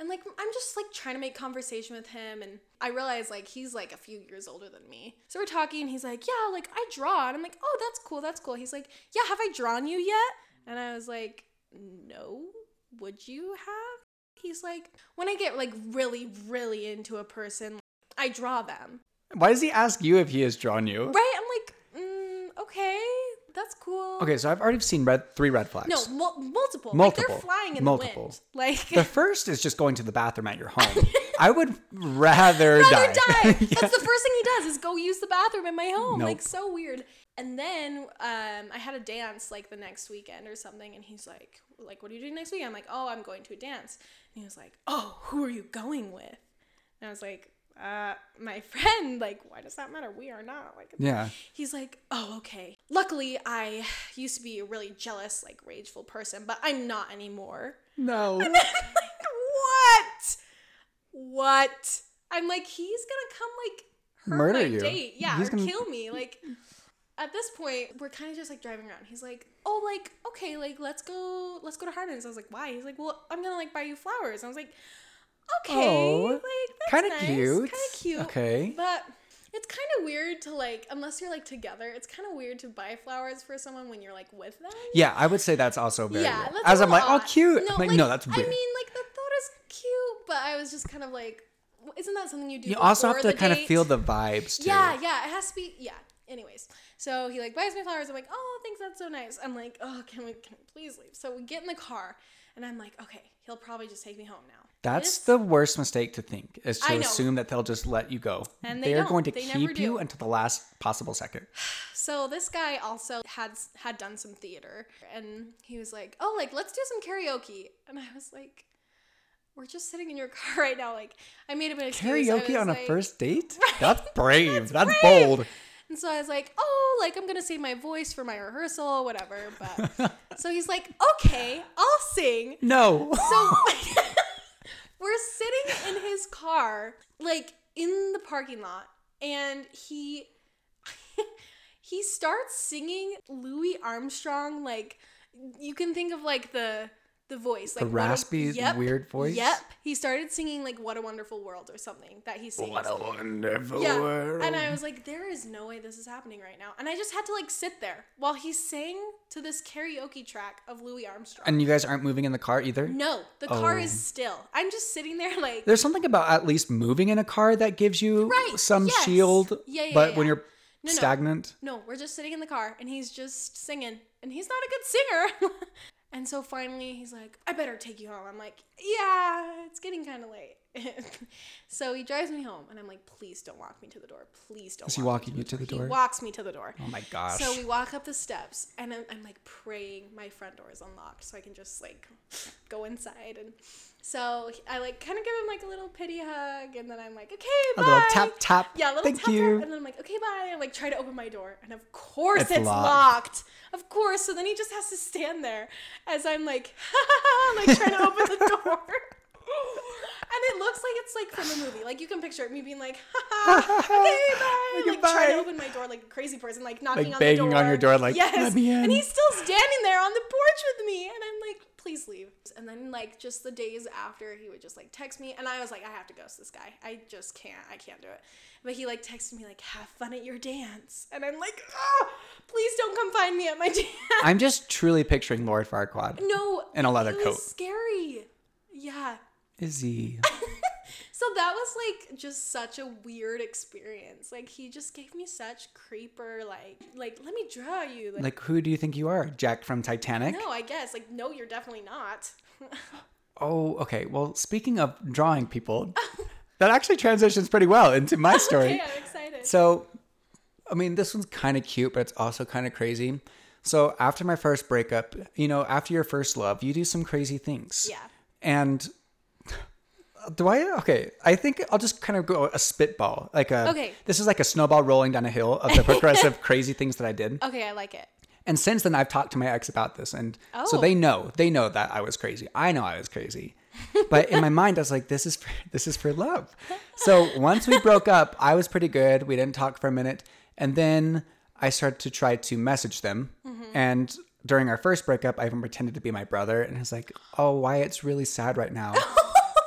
Speaker 2: And like I'm just like trying to make conversation with him, and I realize like he's like a few years older than me. So we're talking. He's like, "Yeah, like I draw," and I'm like, "Oh, that's cool, that's cool." He's like, "Yeah, have I drawn you yet?" And I was like, "No, would you have?" He's like, "When I get like really, really into a person, I draw them."
Speaker 1: Why does he ask you if he has drawn you?
Speaker 2: Right? I'm like, mm, okay, that's cool.
Speaker 1: Okay, so I've already seen red three red flags.
Speaker 2: No, mul- multiple. Like
Speaker 1: Multiple.
Speaker 2: they're flying in the
Speaker 1: Multiple.
Speaker 2: wind. Like
Speaker 1: The first is just going to the bathroom at your home. I would rather,
Speaker 2: rather die.
Speaker 1: die. Yeah.
Speaker 2: That's the first thing he does is go use the bathroom in my home.
Speaker 1: Nope.
Speaker 2: Like so weird. And then um, I had a dance like the next weekend or something, and he's like, like, what are you doing next weekend? I'm like, oh, I'm going to a dance. And he was like, oh, who are you going with? And I was like, uh, my friend. Like, why does that matter? We are not like.
Speaker 1: yeah.
Speaker 2: He's like, oh, okay. Luckily, I used to be a really jealous, like rageful person, but I'm not anymore.
Speaker 1: No.
Speaker 2: I'm like, what? What? I'm like, he's gonna come like hurt
Speaker 1: Murder
Speaker 2: my
Speaker 1: you.
Speaker 2: date, yeah,
Speaker 1: He's
Speaker 2: or
Speaker 1: gonna-
Speaker 2: kill me. Like, at this point, we're kind of just like driving around. He's like, oh, like okay, like let's go, let's go to Hardin's. I was like, why? He's like, well, I'm gonna like buy you flowers. I was like, okay,
Speaker 1: Oh,
Speaker 2: like that's
Speaker 1: Kind of
Speaker 2: nice,
Speaker 1: cute.
Speaker 2: kind of cute,
Speaker 1: Okay.
Speaker 2: but it's kind of weird to like, unless you're like together, it's kind of weird to buy flowers for someone when you're like with them.
Speaker 1: Yeah, I would say that's also very
Speaker 2: yeah,
Speaker 1: weird.
Speaker 2: that's
Speaker 1: As
Speaker 2: a
Speaker 1: I'm like, oh
Speaker 2: lot.
Speaker 1: cute. No, like, no, that's
Speaker 2: I
Speaker 1: weird.
Speaker 2: mean, like the thought is cute, but I was just kind of like, w- isn't that something you do?
Speaker 1: you also have
Speaker 2: before
Speaker 1: to
Speaker 2: the
Speaker 1: kind of
Speaker 2: date?
Speaker 1: feel the vibes too.
Speaker 2: Yeah, yeah, it has to be. Yeah. Anyways, so he like buys me flowers. I'm like, oh, thanks, that's so nice. I'm like, oh, can we, can we please leave? So we get in the car, and I'm like, okay, he'll probably just take me home now.
Speaker 1: That's
Speaker 2: This-
Speaker 1: the worst mistake to think is to
Speaker 2: I know.
Speaker 1: assume that they'll just let you go.
Speaker 2: And they
Speaker 1: are
Speaker 2: don't.
Speaker 1: going to
Speaker 2: They never
Speaker 1: keep you
Speaker 2: do.
Speaker 1: until the last possible second.
Speaker 2: So this guy also had had done some theater, and he was like, "Oh, like let's do some karaoke," and I was like, "We're just sitting in your car right now." Like I made him an excuse. I
Speaker 1: Karaoke
Speaker 2: was
Speaker 1: on a
Speaker 2: like-
Speaker 1: first date? That's brave. That's,
Speaker 2: brave.
Speaker 1: bold.
Speaker 2: And so I was like, "Oh, like I'm gonna save my voice for my rehearsal, whatever." But so he's like, "Okay, I'll sing."
Speaker 1: No.
Speaker 2: So we're sitting in his car, like in the parking lot, and he he starts singing Louis Armstrong. Like you can think of like the the voice,
Speaker 1: the
Speaker 2: like what a-
Speaker 1: raspy,
Speaker 2: yep,
Speaker 1: weird voice.
Speaker 2: Yep, he started singing like "What a Wonderful World" or something that he sings.
Speaker 1: What a wonderful
Speaker 2: yeah,
Speaker 1: world.
Speaker 2: and I was like, there is no way this is happening right now, and I just had to like sit there while he sang to this karaoke track of Louis Armstrong.
Speaker 1: And you guys aren't moving in the car either?
Speaker 2: No, the car
Speaker 1: Oh.
Speaker 2: is still. I'm just sitting there like
Speaker 1: There's something about at least moving in a car that gives you
Speaker 2: Right,
Speaker 1: some
Speaker 2: yes.
Speaker 1: shield.
Speaker 2: Yeah, yeah,
Speaker 1: but
Speaker 2: yeah,
Speaker 1: when
Speaker 2: yeah.
Speaker 1: you're
Speaker 2: No, no.
Speaker 1: stagnant,
Speaker 2: no, we're just sitting in the car and he's just singing and he's not a good singer. and so finally he's like, "I better take you home." I'm like, "Yeah, it's getting kind of late." so he drives me home and I'm like, "Please don't walk me to the door. Please don't."
Speaker 1: is he
Speaker 2: walk me
Speaker 1: walking you to the door?
Speaker 2: He walks me to the door.
Speaker 1: oh my gosh.
Speaker 2: So we walk up the steps, and I'm, I'm like praying my front door is unlocked so I can just like go inside. And so I like kind of give him like a little pity hug, and then I'm like, okay,
Speaker 1: a
Speaker 2: bye.
Speaker 1: little tap tap.
Speaker 2: Yeah, a little
Speaker 1: Thank
Speaker 2: tap
Speaker 1: you.
Speaker 2: tap, and then I'm like, okay, bye. And like try to open my door, and of course
Speaker 1: It's
Speaker 2: it's,
Speaker 1: locked.
Speaker 2: locked. Of course. So then he just has to stand there as I'm like, like trying to open the door. and it looks like it's like from a movie. Like you can picture it, me being like, ha, okay,
Speaker 1: Okay,
Speaker 2: bye. Like trying to
Speaker 1: bye.
Speaker 2: open my door like a crazy person, like knocking
Speaker 1: Like
Speaker 2: on the door.
Speaker 1: banging on your door, like,
Speaker 2: yes.
Speaker 1: "Let me in."
Speaker 2: And he's still standing there on the porch with me. And I'm like, please leave. And then like just the days after he would just like text me and I was like, I have to ghost this guy. I just can't. I can't do it. But he like texted me like, have fun at your dance. And I'm like, oh, please don't come find me at my dance.
Speaker 1: I'm just truly picturing Lord Farquaad.
Speaker 2: no.
Speaker 1: And a leather
Speaker 2: it was
Speaker 1: coat.
Speaker 2: Scary. Yeah.
Speaker 1: Izzy.
Speaker 2: So that was like just such a weird experience. Like he just gave me such creeper like like let me draw you like,
Speaker 1: Like, who do you think you are? Jack from Titanic?
Speaker 2: no, I guess like no, you're definitely not.
Speaker 1: Oh, okay. Well, speaking of drawing people, that actually transitions pretty well into my story.
Speaker 2: okay, I'm excited.
Speaker 1: So, I mean, this one's kind of cute, but it's also kind of crazy. So, after my first breakup, you know, after your first love, you do some crazy things.
Speaker 2: Yeah.
Speaker 1: And do I? Okay. I think I'll just kind of go a spitball. Like a.
Speaker 2: Okay.
Speaker 1: This is like a snowball rolling down a hill of the progressive crazy things that I did.
Speaker 2: Okay, I like it.
Speaker 1: And since then, I've talked to my ex about this, and so
Speaker 2: Oh.
Speaker 1: they know they know that I was crazy. I know I was crazy, but in my mind, I was like, "This is for, this is for love." So once we broke up, I was pretty good. We didn't talk for a minute, and then I started to try to message them. And during our first breakup, I even pretended to be my brother, and I was like, "Oh, why it's really sad right now."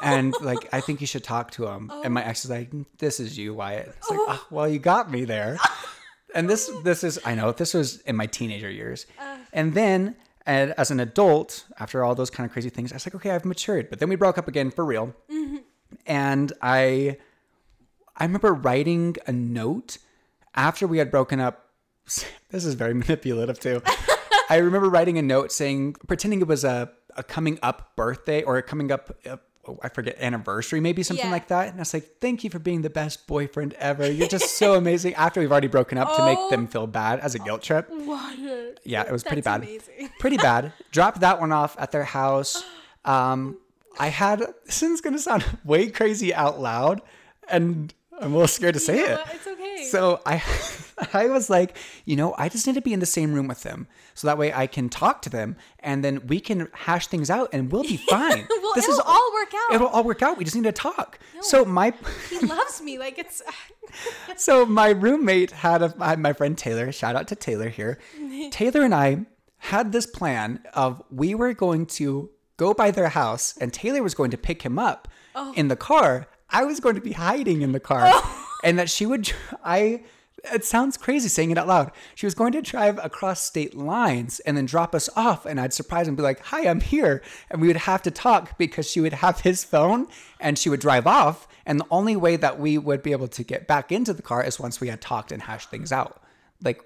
Speaker 1: And like, I think you should talk to him. And my ex is like, "This is you, Wyatt." It's like, oh, "Well, you got me there." and this this is I know this was in my teenager years, and then and as an adult, after all those kind of crazy things, I was like, okay, I've matured. But then we broke up again for real, and I I remember writing a note after we had broken up. This is very manipulative too. I remember writing a note saying, pretending it was a, a coming up birthday or a coming up, uh, oh, I forget, anniversary, maybe something
Speaker 2: Yeah.
Speaker 1: like that. And I was like, thank you for being the best boyfriend ever. You're just so amazing. After we've already broken up to make
Speaker 2: Oh.
Speaker 1: them feel bad as a guilt trip. Yeah, it was pretty
Speaker 2: That's
Speaker 1: bad.
Speaker 2: amazing.
Speaker 1: Pretty bad. Dropped that one off at their house. Um, I had, this is going to sound way crazy out loud, and I'm a little scared to say
Speaker 2: You know
Speaker 1: it.
Speaker 2: what? It's okay.
Speaker 1: So I I was like, you know, I just need to be in the same room with them. So that way I can talk to them and then we can hash things out and we'll be fine.
Speaker 2: well, it'll all work out.
Speaker 1: It'll all work out. We just need to talk. So my
Speaker 2: he loves me. Like it's uh,
Speaker 1: so my roommate had a my- my friend Taylor, shout out to Taylor here. Taylor and I had this plan of we were going to go by their house and Taylor was going to pick him up in the car. I was going to be hiding in the car and that she would dr- I it sounds crazy saying it out loud. She was going to drive across state lines and then drop us off and I'd surprise and be like, "Hi, I'm here." And we would have to talk because she would have his phone and she would drive off and the only way that we would be able to get back into the car is once we had talked and hashed things out. Like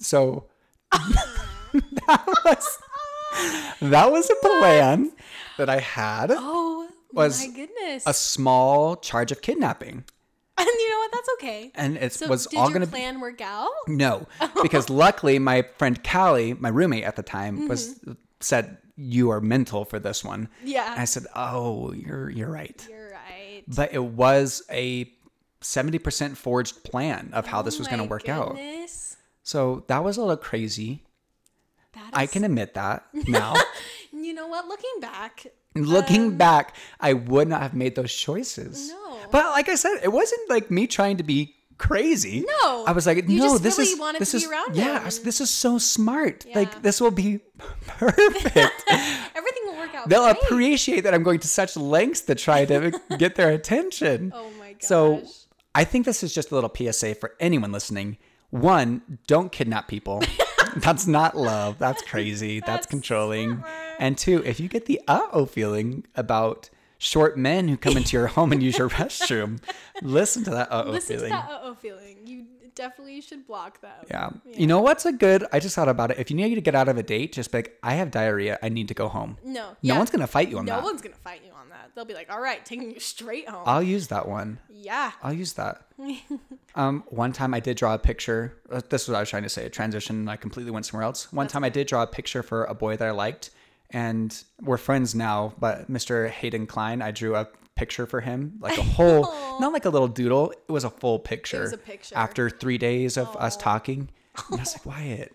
Speaker 1: so that was that was a plan that I had.
Speaker 2: oh
Speaker 1: Was
Speaker 2: my goodness.
Speaker 1: A small charge of kidnapping.
Speaker 2: and you know what? That's okay.
Speaker 1: And it
Speaker 2: So
Speaker 1: was
Speaker 2: did
Speaker 1: all
Speaker 2: your
Speaker 1: going to be
Speaker 2: plan work out?
Speaker 1: no, because luckily my friend Callie, my roommate at the time, was said you are mental for this one.
Speaker 2: Mm-hmm. Yeah.
Speaker 1: And I said, "Oh, you're you're right."
Speaker 2: You're right.
Speaker 1: But it was a 70% forged plan of how
Speaker 2: Oh
Speaker 1: this was going to work out.
Speaker 2: out.
Speaker 1: So that was a little crazy.
Speaker 2: That is,
Speaker 1: I can admit that now.
Speaker 2: You know what? Looking back,
Speaker 1: Looking back, I would not have made those choices.
Speaker 2: Um, No.
Speaker 1: But like I said, it wasn't like me trying to be crazy.
Speaker 2: No.
Speaker 1: I was like,
Speaker 2: You
Speaker 1: no,
Speaker 2: just
Speaker 1: this
Speaker 2: really
Speaker 1: is
Speaker 2: wanted
Speaker 1: this
Speaker 2: to
Speaker 1: is
Speaker 2: be around
Speaker 1: yeah,
Speaker 2: him.
Speaker 1: this is so smart.
Speaker 2: Yeah.
Speaker 1: Like this will be perfect.
Speaker 2: everything will work out.
Speaker 1: They'll
Speaker 2: great.
Speaker 1: appreciate that I'm going to such lengths to try to get their attention.
Speaker 2: Oh my gosh.
Speaker 1: So I think this is just a little PSA for anyone listening. One, don't kidnap people. That's not love. That's crazy. That's,
Speaker 2: That's
Speaker 1: controlling.
Speaker 2: smart.
Speaker 1: And two, if you get the uh oh feeling about short men who come into your home and use your restroom, listen to that uh oh
Speaker 2: Listen
Speaker 1: feeling.
Speaker 2: to that uh-oh feeling. You definitely should block them.
Speaker 1: Yeah. You know what's a good? I just thought about it. If you need to get out of a date, just be like, I have diarrhea. I need to go home.
Speaker 2: No.
Speaker 1: No one's gonna fight you on
Speaker 2: No
Speaker 1: that. Uh,
Speaker 2: one's gonna fight you on that. They'll be like, "All right, taking you straight home."
Speaker 1: I'll use that one.
Speaker 2: yeah.
Speaker 1: I'll use that. um, one time I did draw a picture. uh, This is what I was trying to say. A transition. and I completely went somewhere else. One time I did draw a picture for a boy that I liked, and we're friends now. But Mr. Hayden Klein, I drew a picture for him, like a whole, not like a little doodle. It was a full picture.
Speaker 2: was a picture.
Speaker 1: After three days of us talking, and I was like, Wyatt,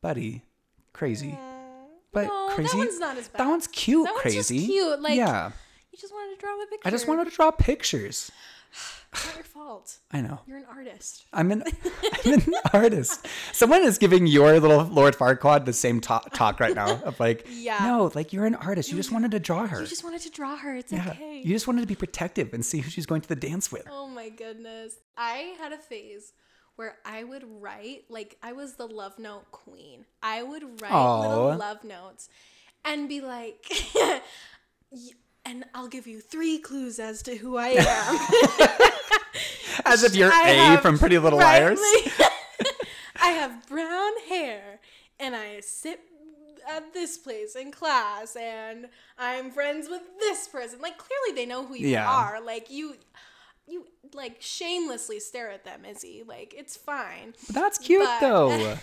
Speaker 1: buddy, crazy. But
Speaker 2: No, that
Speaker 1: crazy.
Speaker 2: one's not as
Speaker 1: That
Speaker 2: bad.
Speaker 1: one's cute.
Speaker 2: That one's just
Speaker 1: crazy.
Speaker 2: cute, like-
Speaker 1: yeah.
Speaker 2: You just wanted to draw him a picture.
Speaker 1: I just wanted to draw pictures.
Speaker 2: It's not your fault.
Speaker 1: I know.
Speaker 2: You're an artist.
Speaker 1: I'm an, I'm an artist. Someone is giving your little Lord Farquaad the same talk, talk right now of like,
Speaker 2: Yeah. Mm-hmm.
Speaker 1: no, like you're an artist. You just wanted to draw her.
Speaker 2: You just wanted to draw her. It's
Speaker 1: yeah.
Speaker 2: okay.
Speaker 1: You just wanted to be protective and see who she's going to the dance with.
Speaker 2: Oh my goodness. I had a phase where I would write, like, I was the love note queen. I would write
Speaker 1: Aw.
Speaker 2: little love notes and be like, "Y- and I'll give you three clues as to who I am.
Speaker 1: As if you're
Speaker 2: I
Speaker 1: A
Speaker 2: have-
Speaker 1: from Pretty Little
Speaker 2: right,
Speaker 1: Liars.
Speaker 2: like, I have brown hair and I sit at this place in class and I'm friends with this person. Like clearly they know who you
Speaker 1: Yeah.
Speaker 2: are. Like you you like shamelessly stare at them, Izzy. Like it's fine.
Speaker 1: But That's cute
Speaker 2: But-
Speaker 1: though.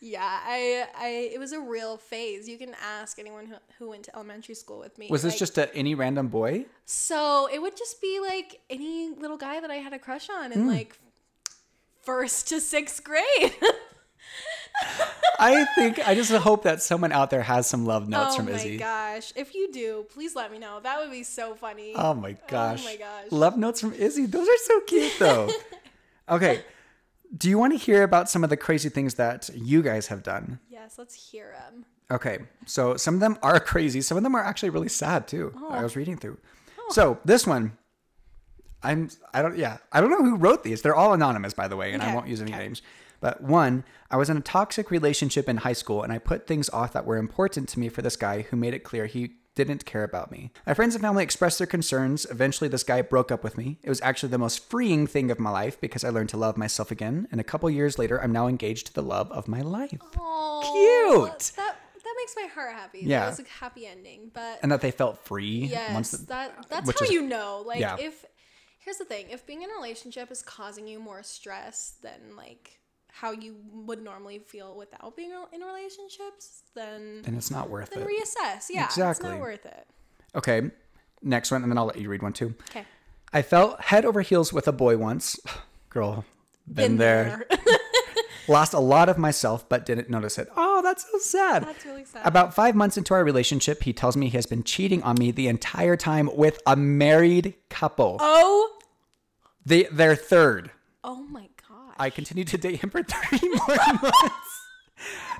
Speaker 2: Yeah, I I it was a real phase. You can ask anyone who, who went to elementary school with me.
Speaker 1: Was this
Speaker 2: Like,
Speaker 1: just a, any random boy?
Speaker 2: so it would just be like any little guy that I had a crush on
Speaker 1: Hmm.
Speaker 2: in like first to sixth grade.
Speaker 1: I think I just hope that someone out there has some love notes
Speaker 2: oh
Speaker 1: from
Speaker 2: my
Speaker 1: Izzy.
Speaker 2: gosh. If you do, please let me know. That would be so funny.
Speaker 1: Oh my gosh.
Speaker 2: gosh.
Speaker 1: Love notes from Izzy. Those are so cute though. okay. Do you want to hear about some of the crazy things that you guys have done?
Speaker 2: yes, let's hear them.
Speaker 1: Okay. So some of them are crazy. Some of them are actually really sad too. that
Speaker 2: Oh.
Speaker 1: I was reading through. So this one, I'm I don't yeah I don't know who wrote these. They're all anonymous by the way, and I
Speaker 2: Okay,
Speaker 1: won't use any
Speaker 2: okay.
Speaker 1: names. But one, I was in a toxic relationship in high school, and I put things off that were important to me for this guy who made it clear he didn't care about me. My friends and family expressed their concerns. Eventually, this guy broke up with me. It was actually the most freeing thing of my life because I learned to love myself again. And a couple years later, I'm now engaged to the love of my life.
Speaker 2: Oh,
Speaker 1: Cute.
Speaker 2: That that makes my heart happy.
Speaker 1: Yeah.
Speaker 2: That was a happy ending. But
Speaker 1: And that they felt free
Speaker 2: yes,
Speaker 1: once the,
Speaker 2: that
Speaker 1: uh,
Speaker 2: that's
Speaker 1: which
Speaker 2: how
Speaker 1: is-
Speaker 2: you know. Like
Speaker 1: yeah.
Speaker 2: if here's the thing, if being in a relationship is causing you more stress than like how you would normally feel without being in relationships, then
Speaker 1: then it's not worth
Speaker 2: then
Speaker 1: it.
Speaker 2: reassess. Yeah. It's
Speaker 1: Exactly.
Speaker 2: not worth it.
Speaker 1: okay, next one, and then I'll let you read one too.
Speaker 2: Okay.
Speaker 1: I fell head over heels with a boy once. Girl, been, there. Lost a lot of myself, but didn't notice it. Oh, that's so sad.
Speaker 2: That's really sad.
Speaker 1: About five months into our relationship, he tells me he has been cheating on me the entire time with a married couple.
Speaker 2: oh
Speaker 1: They, their third.
Speaker 2: Oh my god.
Speaker 1: I continued to date him for three more months.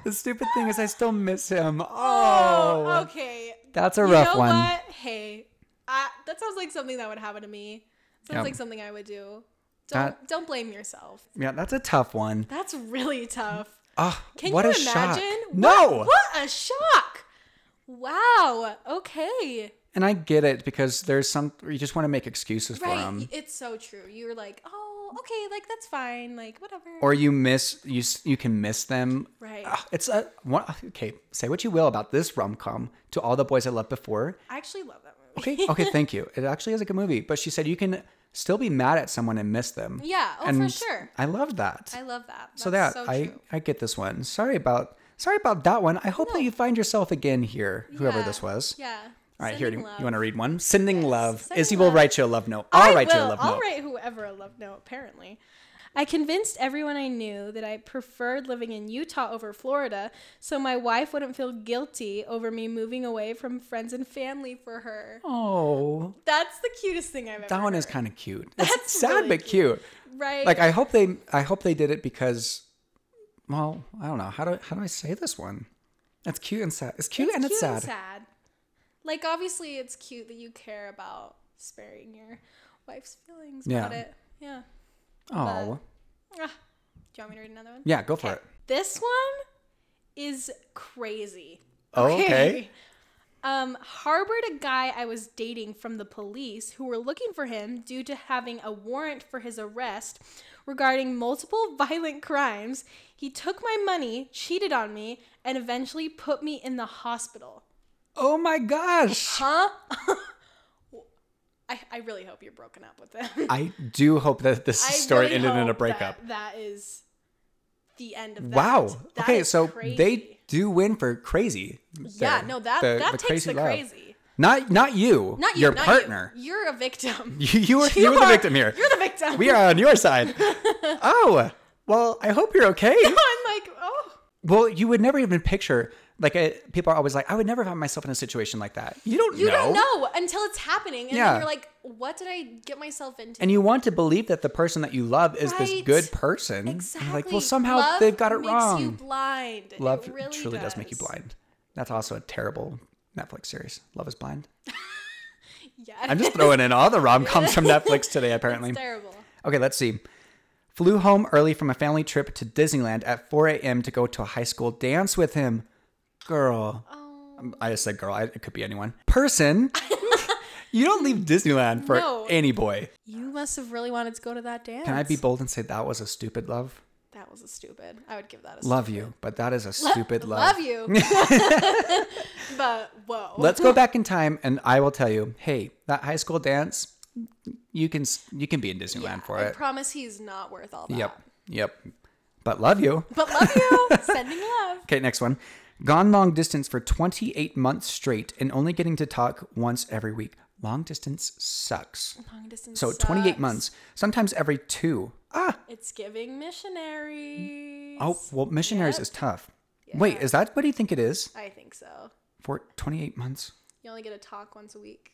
Speaker 1: The stupid thing is, I still miss him. Oh,
Speaker 2: oh, okay.
Speaker 1: that's a rough
Speaker 2: you know
Speaker 1: one.
Speaker 2: what? Hey, I, that sounds like something that would happen to me. Sounds
Speaker 1: Yeah.
Speaker 2: like something I would do. Don't
Speaker 1: That-
Speaker 2: don't blame yourself.
Speaker 1: Yeah, that's a tough one.
Speaker 2: That's really tough.
Speaker 1: Oh,
Speaker 2: Can
Speaker 1: what
Speaker 2: you
Speaker 1: a
Speaker 2: imagine?
Speaker 1: shock!
Speaker 2: What-
Speaker 1: No,
Speaker 2: What a shock. Wow. Okay.
Speaker 1: and I get it because there's some you just want to make excuses for
Speaker 2: Right.
Speaker 1: him.
Speaker 2: It's so true. You're like, oh, okay, like that's fine, like whatever.
Speaker 1: or you miss you s- you can miss them.
Speaker 2: Right.
Speaker 1: Ah, It's a one. Okay, say what you will about this rom com to all the boys I loved before.
Speaker 2: I actually love that movie.
Speaker 1: Okay, okay, thank you. It actually is a good movie, but she said you can still be mad at someone and miss them.
Speaker 2: Yeah. Oh, for
Speaker 1: And
Speaker 2: sure.
Speaker 1: I love that.
Speaker 2: I love that. That's
Speaker 1: so that
Speaker 2: so
Speaker 1: I
Speaker 2: true.
Speaker 1: I get this one. Sorry about sorry about that one. I hope that you find yourself again here, whoever
Speaker 2: Yeah.
Speaker 1: this was.
Speaker 2: Yeah.
Speaker 1: All right,
Speaker 2: Sending
Speaker 1: here you,
Speaker 2: love.
Speaker 1: you want to read one? Sending love.
Speaker 2: sending
Speaker 1: Izzy will
Speaker 2: love.
Speaker 1: write you a love note. I'll
Speaker 2: I
Speaker 1: write you a
Speaker 2: will.
Speaker 1: love
Speaker 2: I'll
Speaker 1: note.
Speaker 2: write whoever a love note, apparently. I convinced everyone I knew that I preferred living in Utah over Florida so my wife wouldn't feel guilty over me moving away from friends and family for her.
Speaker 1: Oh,
Speaker 2: That's the cutest thing I've ever
Speaker 1: that one is
Speaker 2: heard,
Speaker 1: kind of cute. It's
Speaker 2: That's
Speaker 1: sad
Speaker 2: really
Speaker 1: but cute.
Speaker 2: right?
Speaker 1: Like I hope they I hope they did it because well, I don't know. How do how do I say this one? That's cute and sad. It's cute, and, it's
Speaker 2: cute
Speaker 1: sad.
Speaker 2: and sad. Like obviously it's cute that you care about sparing your wife's feelings about
Speaker 1: Yeah.
Speaker 2: it. Yeah.
Speaker 1: Oh.
Speaker 2: Ah. Do you want me to read another one?
Speaker 1: Yeah, go for
Speaker 2: Okay.
Speaker 1: it.
Speaker 2: This one is crazy.
Speaker 1: Okay.
Speaker 2: Um, harbored a guy I was dating from the police who were looking for him due to having a warrant for his arrest regarding multiple violent crimes. He took my money, cheated on me, and eventually put me in the hospital.
Speaker 1: Oh my gosh.
Speaker 2: Huh? I, I really hope you're broken up with him.
Speaker 1: I do hope that this
Speaker 2: I
Speaker 1: story
Speaker 2: really
Speaker 1: ended in a
Speaker 2: hope
Speaker 1: breakup.
Speaker 2: That, that is the end of that.
Speaker 1: Wow.
Speaker 2: That
Speaker 1: okay,
Speaker 2: is
Speaker 1: so
Speaker 2: crazy.
Speaker 1: they do win for crazy.
Speaker 2: Yeah,
Speaker 1: there.
Speaker 2: no, that
Speaker 1: The-
Speaker 2: that
Speaker 1: the
Speaker 2: takes the
Speaker 1: love.
Speaker 2: crazy.
Speaker 1: Not not you.
Speaker 2: Not you,
Speaker 1: your
Speaker 2: not you.
Speaker 1: partner.
Speaker 2: You're a victim.
Speaker 1: You you were you were the
Speaker 2: are-
Speaker 1: victim here.
Speaker 2: You're the victim.
Speaker 1: We are on your side. oh. Well, I hope you're okay.
Speaker 2: I'm like, oh,
Speaker 1: Well, you would never even picture Like uh people are always like, I would never find myself in a situation like that. You don't
Speaker 2: You
Speaker 1: know.
Speaker 2: don't know until it's happening, and
Speaker 1: Yeah.
Speaker 2: then you're like, "What did I get myself into?"
Speaker 1: And you want to believe that the person that you love is this
Speaker 2: Right.
Speaker 1: good person. And
Speaker 2: exactly.
Speaker 1: You're like, well, somehow
Speaker 2: Love
Speaker 1: they've got it
Speaker 2: makes
Speaker 1: wrong.
Speaker 2: You blind. It
Speaker 1: Love
Speaker 2: really
Speaker 1: truly does. make you blind. That's also a terrible Netflix series. Love is blind.
Speaker 2: Yeah,
Speaker 1: I'm just throwing in all the rom coms from Netflix today, apparently.
Speaker 2: it's terrible.
Speaker 1: Okay, let's see. Flew home early from a family trip to Disneyland at 4 a.m. to go to a high school dance with him. Girl.
Speaker 2: Oh.
Speaker 1: I just said girl. I, it could be anyone. Person. you don't leave Disneyland for
Speaker 2: No.
Speaker 1: any boy.
Speaker 2: You must have really wanted to go to that dance.
Speaker 1: Can I be bold and say that was a stupid love?
Speaker 2: That was a stupid. I would give that a
Speaker 1: Love you, but that is a stupid love.
Speaker 2: Love you. but whoa.
Speaker 1: Let's go back in time, and I will tell you. Hey, that high school dance, you can s- you can be in Disneyland
Speaker 2: Yeah,
Speaker 1: for
Speaker 2: I
Speaker 1: it.
Speaker 2: promise he's not worth all that.
Speaker 1: Yep, yep. But love you.
Speaker 2: But love you. Sending love.
Speaker 1: Okay, next one. Gone long distance for 28 months straight, and only getting to talk once every week. Long distance sucks.
Speaker 2: Long distance.
Speaker 1: So 28
Speaker 2: sucks.
Speaker 1: months, sometimes every two. Ah,
Speaker 2: It's giving missionaries.
Speaker 1: oh, well, missionaries
Speaker 2: Yep.
Speaker 1: is tough. Wait, is that what do you think it is
Speaker 2: I think so.
Speaker 1: for 28 months?
Speaker 2: You only get a talk once a week.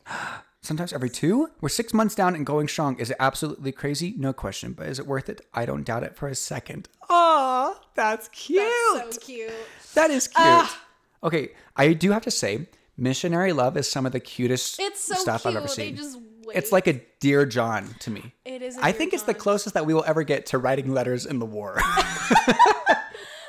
Speaker 1: sometimes every two. We're six months down and going strong. Is it absolutely crazy? No question. But is it worth it? I don't doubt it for a second. Aw, that's cute.
Speaker 2: That's so cute.
Speaker 1: That is cute.
Speaker 2: Ah.
Speaker 1: Okay, I do have to say, missionary love is some of the cutest
Speaker 2: It's so
Speaker 1: stuff
Speaker 2: cute.
Speaker 1: I've ever
Speaker 2: They
Speaker 1: seen.
Speaker 2: just wait.
Speaker 1: it's like a dear John to me.
Speaker 2: it is. a
Speaker 1: I
Speaker 2: dear
Speaker 1: think it's the
Speaker 2: John.
Speaker 1: closest that we will ever get to writing letters in the war.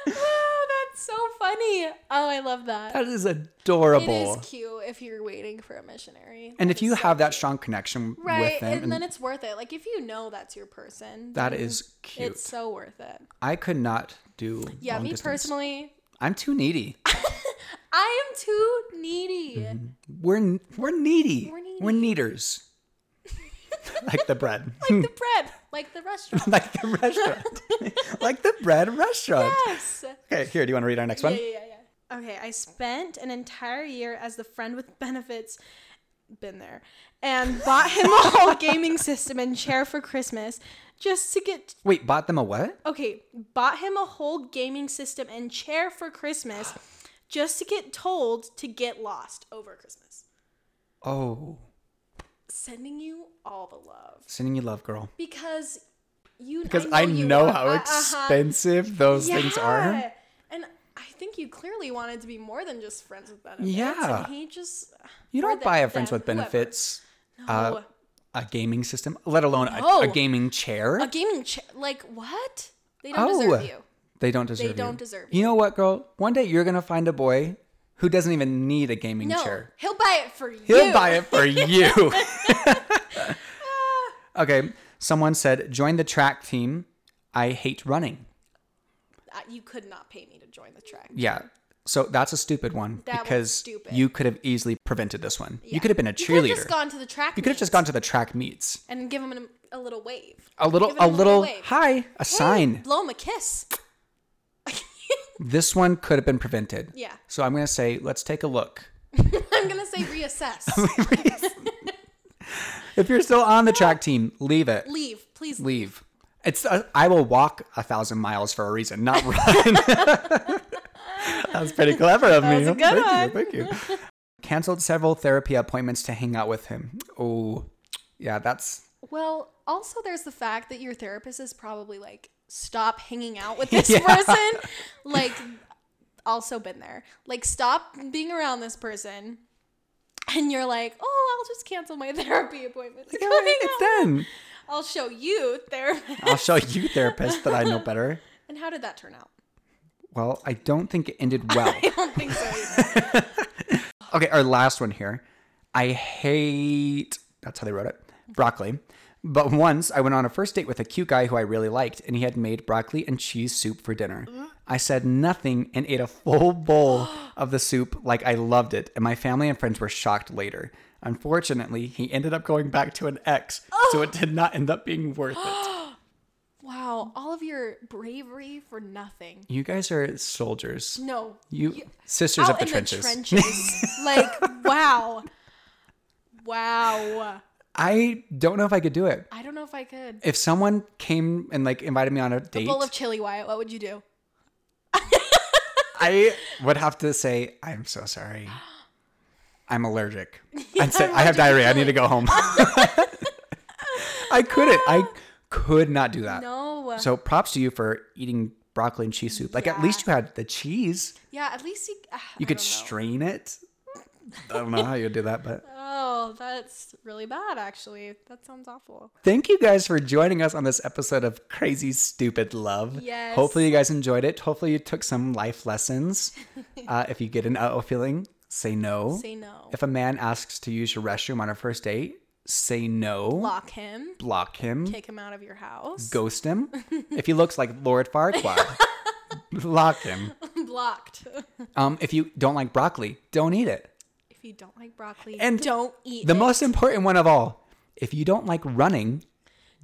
Speaker 2: Oh, that's so funny. Oh, I love that.
Speaker 1: that is
Speaker 2: It
Speaker 1: adorable.
Speaker 2: is cute if you're waiting for a missionary.
Speaker 1: And
Speaker 2: That
Speaker 1: if
Speaker 2: is
Speaker 1: you
Speaker 2: so
Speaker 1: have that
Speaker 2: cute.
Speaker 1: strong connection
Speaker 2: right,
Speaker 1: with them,
Speaker 2: and then it's worth it. Like if you know that's your person,
Speaker 1: that
Speaker 2: then
Speaker 1: is cute.
Speaker 2: It's so worth it.
Speaker 1: I could not do.
Speaker 2: Yeah,
Speaker 1: long
Speaker 2: me
Speaker 1: distance.
Speaker 2: personally,
Speaker 1: I'm too needy.
Speaker 2: I am too needy.
Speaker 1: Mm-hmm. We're we're needy.
Speaker 2: We're needy.
Speaker 1: We're neaters. like the bread.
Speaker 2: Like the bread, like the restaurant.
Speaker 1: like the restaurant. like the bread restaurant.
Speaker 2: yes.
Speaker 1: Okay, here, do you want to read our next
Speaker 2: Yeah,
Speaker 1: one?
Speaker 2: yeah, yeah, yeah. Okay, I spent an entire year as the friend with benefits. Been there. And bought him a whole gaming system and chair for Christmas just to get
Speaker 1: Wait, bought them a what?
Speaker 2: Okay, bought him a whole gaming system and chair for Christmas just to get told to get lost over Christmas.
Speaker 1: Oh,
Speaker 2: Sending you all the love.
Speaker 1: sending you love, girl.
Speaker 2: Because you
Speaker 1: Because I know,
Speaker 2: you want-
Speaker 1: how
Speaker 2: uh, uh-huh.
Speaker 1: expensive those things are.
Speaker 2: Yeah. And I think you clearly wanted to be more than just friends with benefits.
Speaker 1: Yeah.
Speaker 2: And he just
Speaker 1: You
Speaker 2: or
Speaker 1: don't
Speaker 2: the-
Speaker 1: buy a friends
Speaker 2: them,
Speaker 1: with
Speaker 2: whoever.
Speaker 1: benefits Uh,
Speaker 2: Oh,
Speaker 1: a gaming system, let alone a, a
Speaker 2: No.
Speaker 1: gaming chair.
Speaker 2: a gaming chair like what? They don't
Speaker 1: Oh,
Speaker 2: deserve you.
Speaker 1: They don't deserve you.
Speaker 2: don't deserve
Speaker 1: You know what, girl? One day you're gonna find a boy who doesn't even need a gaming
Speaker 2: No.
Speaker 1: chair.
Speaker 2: He'll buy it for you.
Speaker 1: He'll buy it for you. okay. Someone said, join the track team. I hate running.
Speaker 2: Uh, You could not pay me to join the track.
Speaker 1: Yeah. So that's a stupid one
Speaker 2: That was
Speaker 1: because
Speaker 2: stupid.
Speaker 1: you could have easily prevented this one. You
Speaker 2: Yeah.
Speaker 1: could have been a
Speaker 2: You could have
Speaker 1: cheerleader.
Speaker 2: just gone to the track.
Speaker 1: You could have just
Speaker 2: meet
Speaker 1: gone to the track meets.
Speaker 2: and give him an, a little wave.
Speaker 1: A little,
Speaker 2: Give it
Speaker 1: a
Speaker 2: a little
Speaker 1: little,
Speaker 2: wave.
Speaker 1: hi, a sign.
Speaker 2: Blow him a kiss.
Speaker 1: This one could have been prevented.
Speaker 2: Yeah.
Speaker 1: So I'm going to say, let's take a look.
Speaker 2: I'm gonna say reassess.
Speaker 1: If you're still on the track team, leave it.
Speaker 2: leave, please. Leave.
Speaker 1: Leave. It's uh, I will walk a thousand miles for a reason, not run. that was pretty clever of me.
Speaker 2: was a good
Speaker 1: thank you. Thank you. Cancelled several therapy appointments to hang out with him. Oh, yeah, that's
Speaker 2: Well, also there's the fact that your therapist is probably like, stop hanging out with this
Speaker 1: Yeah.
Speaker 2: person. Like, also been there. Like, stop being around this person. And you're like, oh, I'll just cancel my therapy appointment. to
Speaker 1: all
Speaker 2: go
Speaker 1: right,
Speaker 2: hang
Speaker 1: it's
Speaker 2: out.
Speaker 1: done.
Speaker 2: I'll show you therapist.
Speaker 1: I'll show you therapist that I know better.
Speaker 2: And how did that turn out?
Speaker 1: Well, I don't think it ended well.
Speaker 2: I don't think so. Either.
Speaker 1: Okay, our last one here. I hate, that's how they wrote it, broccoli. But once I went on a first date with a cute guy who I really liked, and he had made broccoli and cheese soup for dinner. I said nothing and ate a full bowl of the soup like I loved it, and my family and friends were shocked later. Unfortunately, he ended up going back to an ex, so it did not end up being worth it.
Speaker 2: Wow, all of your bravery for nothing.
Speaker 1: You guys are soldiers.
Speaker 2: No,
Speaker 1: You sisters
Speaker 2: out
Speaker 1: of the
Speaker 2: in
Speaker 1: trenches.
Speaker 2: the trenches. like wow, wow.
Speaker 1: I don't know if I could do it.
Speaker 2: I don't know if I could.
Speaker 1: If someone came and like invited me on a date,
Speaker 2: Bowl of chili, Wyatt. What would you do?
Speaker 1: I would have to say, I'm so sorry. I'm allergic. I'd say, I have diarrhea. I need to go home. I couldn't. I could not do that.
Speaker 2: No.
Speaker 1: So props to you for eating broccoli and cheese soup. Like at
Speaker 2: Yeah.
Speaker 1: least you had the cheese.
Speaker 2: yeah, at least you. ah,
Speaker 1: You
Speaker 2: I
Speaker 1: could
Speaker 2: don't know.
Speaker 1: strain it. I don't know how you do that, but
Speaker 2: Oh, that's really bad. Actually, that sounds awful.
Speaker 1: Thank you guys for joining us on this episode of Crazy Stupid Love.
Speaker 2: Yes.
Speaker 1: Hopefully you guys enjoyed it. Hopefully you took some life lessons. uh, if you get an uh-oh feeling, say no.
Speaker 2: Say no.
Speaker 1: if a man asks to use your restroom on a first date, say no.
Speaker 2: Lock him.
Speaker 1: Block him.
Speaker 2: Kick him out of your house.
Speaker 1: Ghost him. if he looks like Lord Farquaad, block him.
Speaker 2: Blocked.
Speaker 1: Um, if you don't like broccoli, don't eat it.
Speaker 2: if you don't like broccoli,
Speaker 1: And
Speaker 2: don't eat
Speaker 1: The
Speaker 2: it.
Speaker 1: most important one of all, if you don't like running,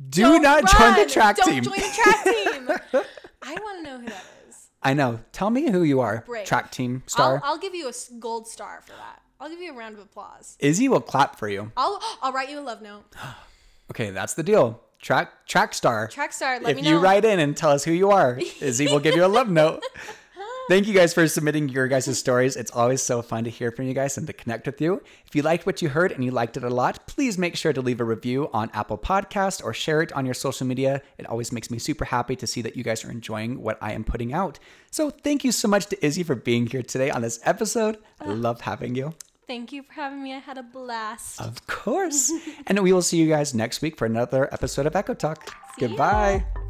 Speaker 1: do
Speaker 2: Don't
Speaker 1: not join
Speaker 2: run.
Speaker 1: the track
Speaker 2: don't
Speaker 1: team.
Speaker 2: join the track team. I want to know who that is.
Speaker 1: I know. Tell me who you are,
Speaker 2: Brave.
Speaker 1: track team star.
Speaker 2: I'll, I'll give you a s- gold star for that. I'll give you a round of applause.
Speaker 1: Izzy will clap for you.
Speaker 2: I'll I'll write you a love note.
Speaker 1: Okay, that's the deal. Track track star.
Speaker 2: Track star, let
Speaker 1: if
Speaker 2: me know.
Speaker 1: you write in and tell us who you are, Izzy will give you a love note. Thank you guys for submitting your guys' stories. It's always so fun to hear from you guys and to connect with you. If you liked what you heard and you liked it a lot, please make sure to leave a review on Apple Podcast or share it on your social media. It always makes me super happy to see that you guys are enjoying what I am putting out. So thank you so much to Izzy for being here today on this episode. I
Speaker 2: Ah.
Speaker 1: love having you.
Speaker 2: Thank you for having me. I had a blast.
Speaker 1: Of course. and we will see you guys next week for another episode of Echo Talk.
Speaker 2: ya.
Speaker 1: Goodbye.